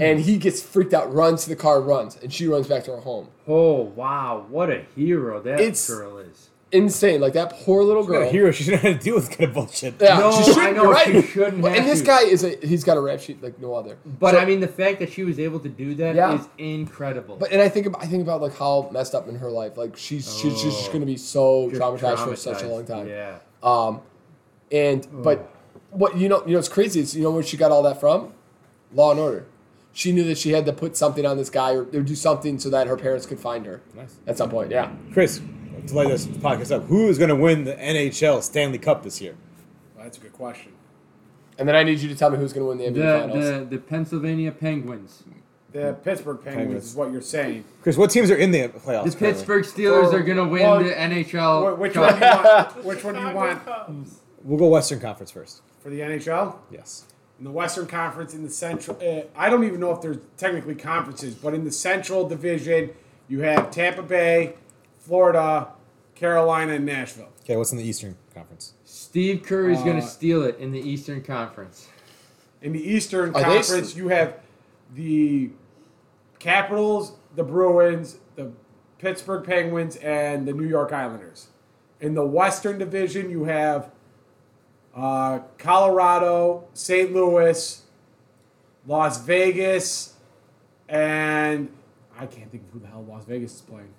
and he gets freaked out, runs to the car, runs, and she runs back to her home.
Oh wow, what a hero that
It's-
girl is!
Insane, like that poor little
She's
girl.
not a hero. She's not going to deal with this kind of bullshit.
Yeah,
No,
she shouldn't,
I know,
you're right.
she shouldn't
Well, and
have
this
to.
guy is a he's got a rap sheet like no other.
But
So-
I mean, the fact that she was able to do that is
Yeah.
incredible.
but and I think about, I think about like how messed up in her life. Like she's she's, she's just
Oh.
gonna be so
Just
traumatized, for such a
traumatized,
long time.
Yeah. Mm.
Um, and but what you know you know it's crazy. It's you know where she got all that from, Law and Order. she knew that she had to put something on this guy or, or do something so that her parents could find her
Nice.
at some point. Yeah.
Chris, to light this podcast up, who is going to win the NHL Stanley Cup this year?
That's a good question.
And then I need you to tell me who's going to win the NBA Finals.
The, the, the Pennsylvania Penguins.
The Pittsburgh Penguins,
Penguins.
is what you're saying.
Chris, what teams are in the playoffs?
The
currently?
Pittsburgh Steelers
Or-
are going to win
or-
the NHL.
Wh- Which
Cup.
one do you want?
The
Which one do you
Chicago
want
Cubs.
We'll go Western Conference first.
for the NHL?
Yes.
In the Western Conference, in the Central, uh, I don't even know if there's technically conferences, but in the Central Division, you have Tampa Bay, Florida, Carolina, and Nashville.
Okay, what's in the Eastern Conference?
Steve Curry's going
Uh,
to steal it in the Eastern Conference.
In the Eastern
Are they
Conference,
s-
you have the Capitals, the Bruins, the Pittsburgh Penguins, and the New York Islanders. In the Western Division, you have uh, Colorado, St. Louis, Las Vegas, and I can't think of who the hell Las Vegas is playing.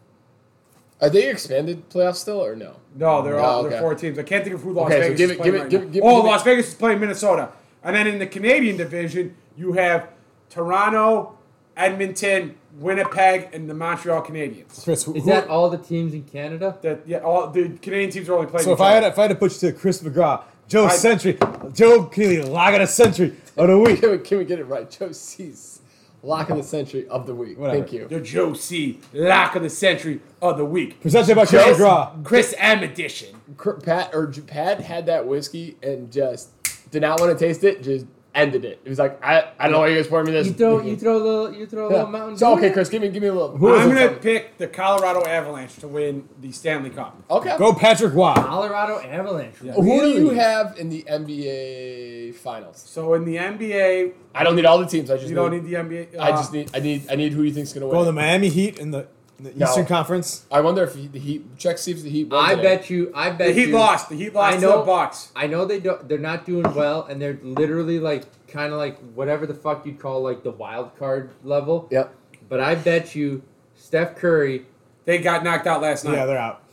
Are they expanded playoffs still or no?
No, they're
No,
all they're
Oh, okay.
four teams. I can't think of who Las
Okay, so
Vegas
give
is
it-
playing
give it-
right
give-
now.
give-
oh,
give it-
Las Vegas is playing Minnesota, and then in the Canadian division, you have Toronto, Edmonton, Winnipeg, and the Montreal Canadiens.
Chris, who,
Is
who-
that all the teams in Canada?
That yeah, all the Canadian teams are only playing.
so if
each
I had
other.
to- if I had to put you to Chris McGraw, Joe
I-
Century, Joe Keely, locking a century of the week.
Can we, can we get it right? Joe C's lock of the century of the week.
Whatever.
Thank you.
the Joe C. Lock of the Century of the Week,
Presented by Chris
Chris-
McGraw.
Chris M. Edition.
Cr- Pat or J- Pat had that whiskey and just did not want to taste it. Just ended it. It was like I, I don't know why you guys poured me this.
You throw, you throw a little, you throw a
Yeah.
little mountain.
So
Dew
okay,
in it?
Chris, give me give me a little.
Who is
I'm
it?
gonna pick the Colorado Avalanche to win the Stanley Cup.
Okay.
Go Patrick Waugh.
Colorado Avalanche.
Who do you
Really?
have in the NBA finals?
So in the NBA,
I don't need all the teams. I just
you don't
need,
need the NBA.
I
uh,
just need I need I need who you think's gonna
Go
win.
the Miami Heat in the, in the
No.
Eastern Conference.
I wonder if he, the Heat check see if the Heat. Won
I
today.
bet you. I bet
the Heat
you.
lost. The Heat
I
lost to
know-
the Bucks.
I know they don't. They're not doing well, and they're literally like kind of like whatever the fuck you'd call like the wild card level.
Yep.
But I bet you, Steph Curry.
They got knocked out last night.
Yeah, they're out.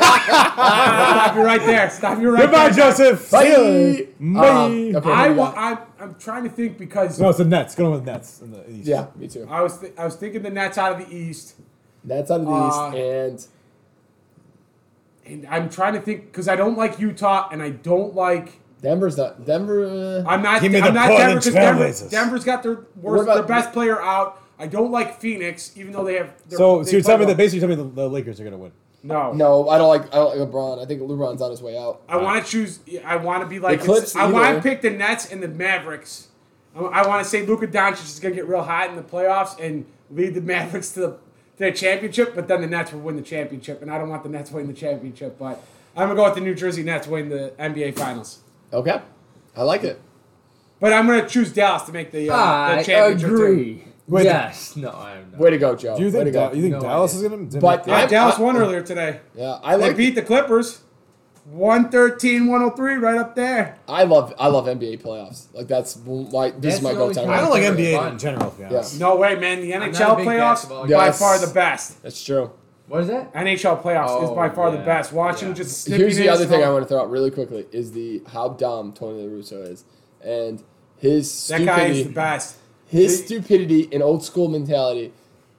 Stop you right there. Stop you right
Goodbye,
there.
Joseph.
Bye.
See ya.
Um, okay,
I
who do you
wa-
got?
I'm, I'm trying to think because
No, it's the Nets. Going with Nets in the East.
Yeah, me too.
I was th- I was thinking the Nets out of the East,
That's out of the
Uh,
East, and
and I'm trying to think because I don't like Utah and I don't like
Denver's not Denver. Uh,
I'm not
Give me the
I'm not Denver
Portland
because
Trail
Denver,
Blazers.
Denver's got their
What
worst
about-
their best player out. I don't like Phoenix even though they have. their-
So,
they
so
play
you're telling me
well.
that basically you're telling me the, the Lakers are going to win.
Oh,
no
no, I don't like I don't like LeBron. I think LeBron's on his way out.
I want to choose. I want to be like.
Clips
I want
either.
to pick the Nets and the Mavericks. I, want to say Luka Doncic is going to get real hot in the playoffs and lead the Mavericks to the, to the championship, but then the Nets will win the championship, and I don't want the Nets winning the championship, but I'm going to go with the New Jersey Nets win the NBA Finals.
Okay, I like it.
But I'm going to choose Dallas to make the, uh,
I
the championship. Too.
agree.
Wait,
yes. No, I'm not.
Way to go, Joe.
Do you
Way to
think,
go.
Da- you think
No
Dallas
idea.
is going to?
But
Yeah,
I-
Dallas
I-
won earlier today.
yeah, I
They
like.
beat the Clippers 113 103 right up there.
I love. I love NBA playoffs. Like that's my. This is
That's
my
the
go
only
time.
time-
I don't like NBA
Fun.
in general. To be honest.
No way, man. The
not a
NHL
big
playoffs,
basketball
by
guy. Yes.
far the best.
That's true.
What is that?
NHL playoffs is
Oh,
by far
yeah,
the best. Watching
yeah.
just snipping
Here's the
it
other
is
thing I
all-
want to throw out really quickly is the how dumb Tony La Russo is, and his
That guy is
stupidity.
the best.
his
He-
stupidity and old school mentality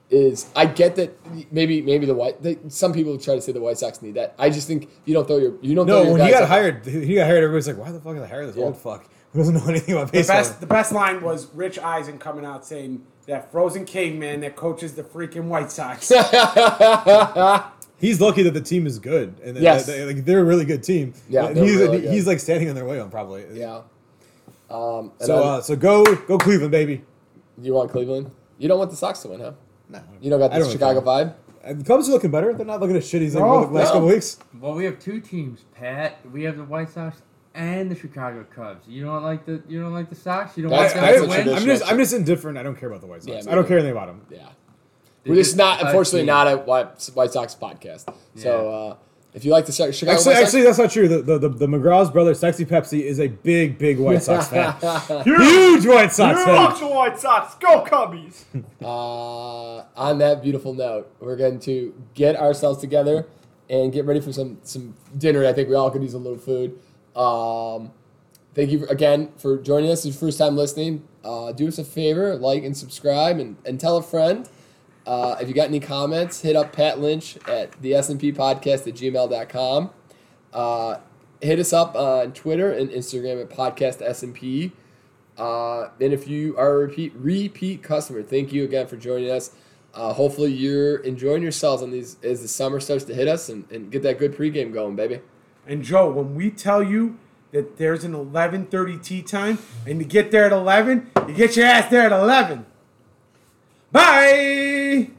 is. I get that maybe maybe the white. They, some people try to say the White Sox need that. I just think you don't throw your you don't.
No,
throw your
when he
guys
got
out.
hired, he got hired. Everybody's like, "Why the fuck did I hire this
Yeah.
old fuck who doesn't know anything about
The
baseball?"
best. The best line was Rich Eisen coming out saying that frozen caveman that coaches the freaking White Sox.
He's lucky that the team is good, and that-
Yes.
that- that- like, they're a really good team.
Yeah,
And
they're
he's,
really good.
he's like standing on their way on probably.
Yeah. Um, and
So
I-
uh, so go go Cleveland, baby.
you want Cleveland? You don't want the Sox to win, huh?
No,
You don't got
I
this
really
Chicago
care.
vibe.
And the Cubs are looking better. They're not looking as shitty as they
No,
were the last
no.
couple weeks.
Well, we have two teams, Pat. We have the White Sox and the Chicago Cubs. You don't like the you don't like the Sox. You don't
That's-
like
I,
that's
them
a
to win.
tradition.
am just I'm just indifferent. I don't care about the White
Yeah,
Sox.
me
I don't
either.
care anything about them.
Yeah.
They're
We're just not,
a
unfortunately,
team.
not a White, White Sox podcast. So uh, if you like the Chi- Chicago
Actually,
White Sox,
actually, that's not true. The, the, the, the McGraw's brother, Sexy Pepsi, is a big, big White Sox fan. Huge White Sox fan.
the White Sox. Go Cubbies.
uh, on that beautiful note, we're going to get ourselves together and get ready for some some dinner. I think we all could use a little food. Um, Thank you again for joining us. If you're first time listening, uh, do us a favor, like and subscribe, and, and tell a friend. Uh, if you got any comments, hit up Pat Lynch at the S&P podcast at gmail.com. Uh, hit us up on Twitter and Instagram at podcast S&P. Uh, and if you are a repeat, repeat customer, thank you again for joining us. Uh, hopefully you're enjoying yourselves on these as the summer starts to hit us and, and get that good pregame going, baby.
And Joe, when we tell you that there's an 11:30 tea time, and you get there at 11, you get your ass there at 11. Bye.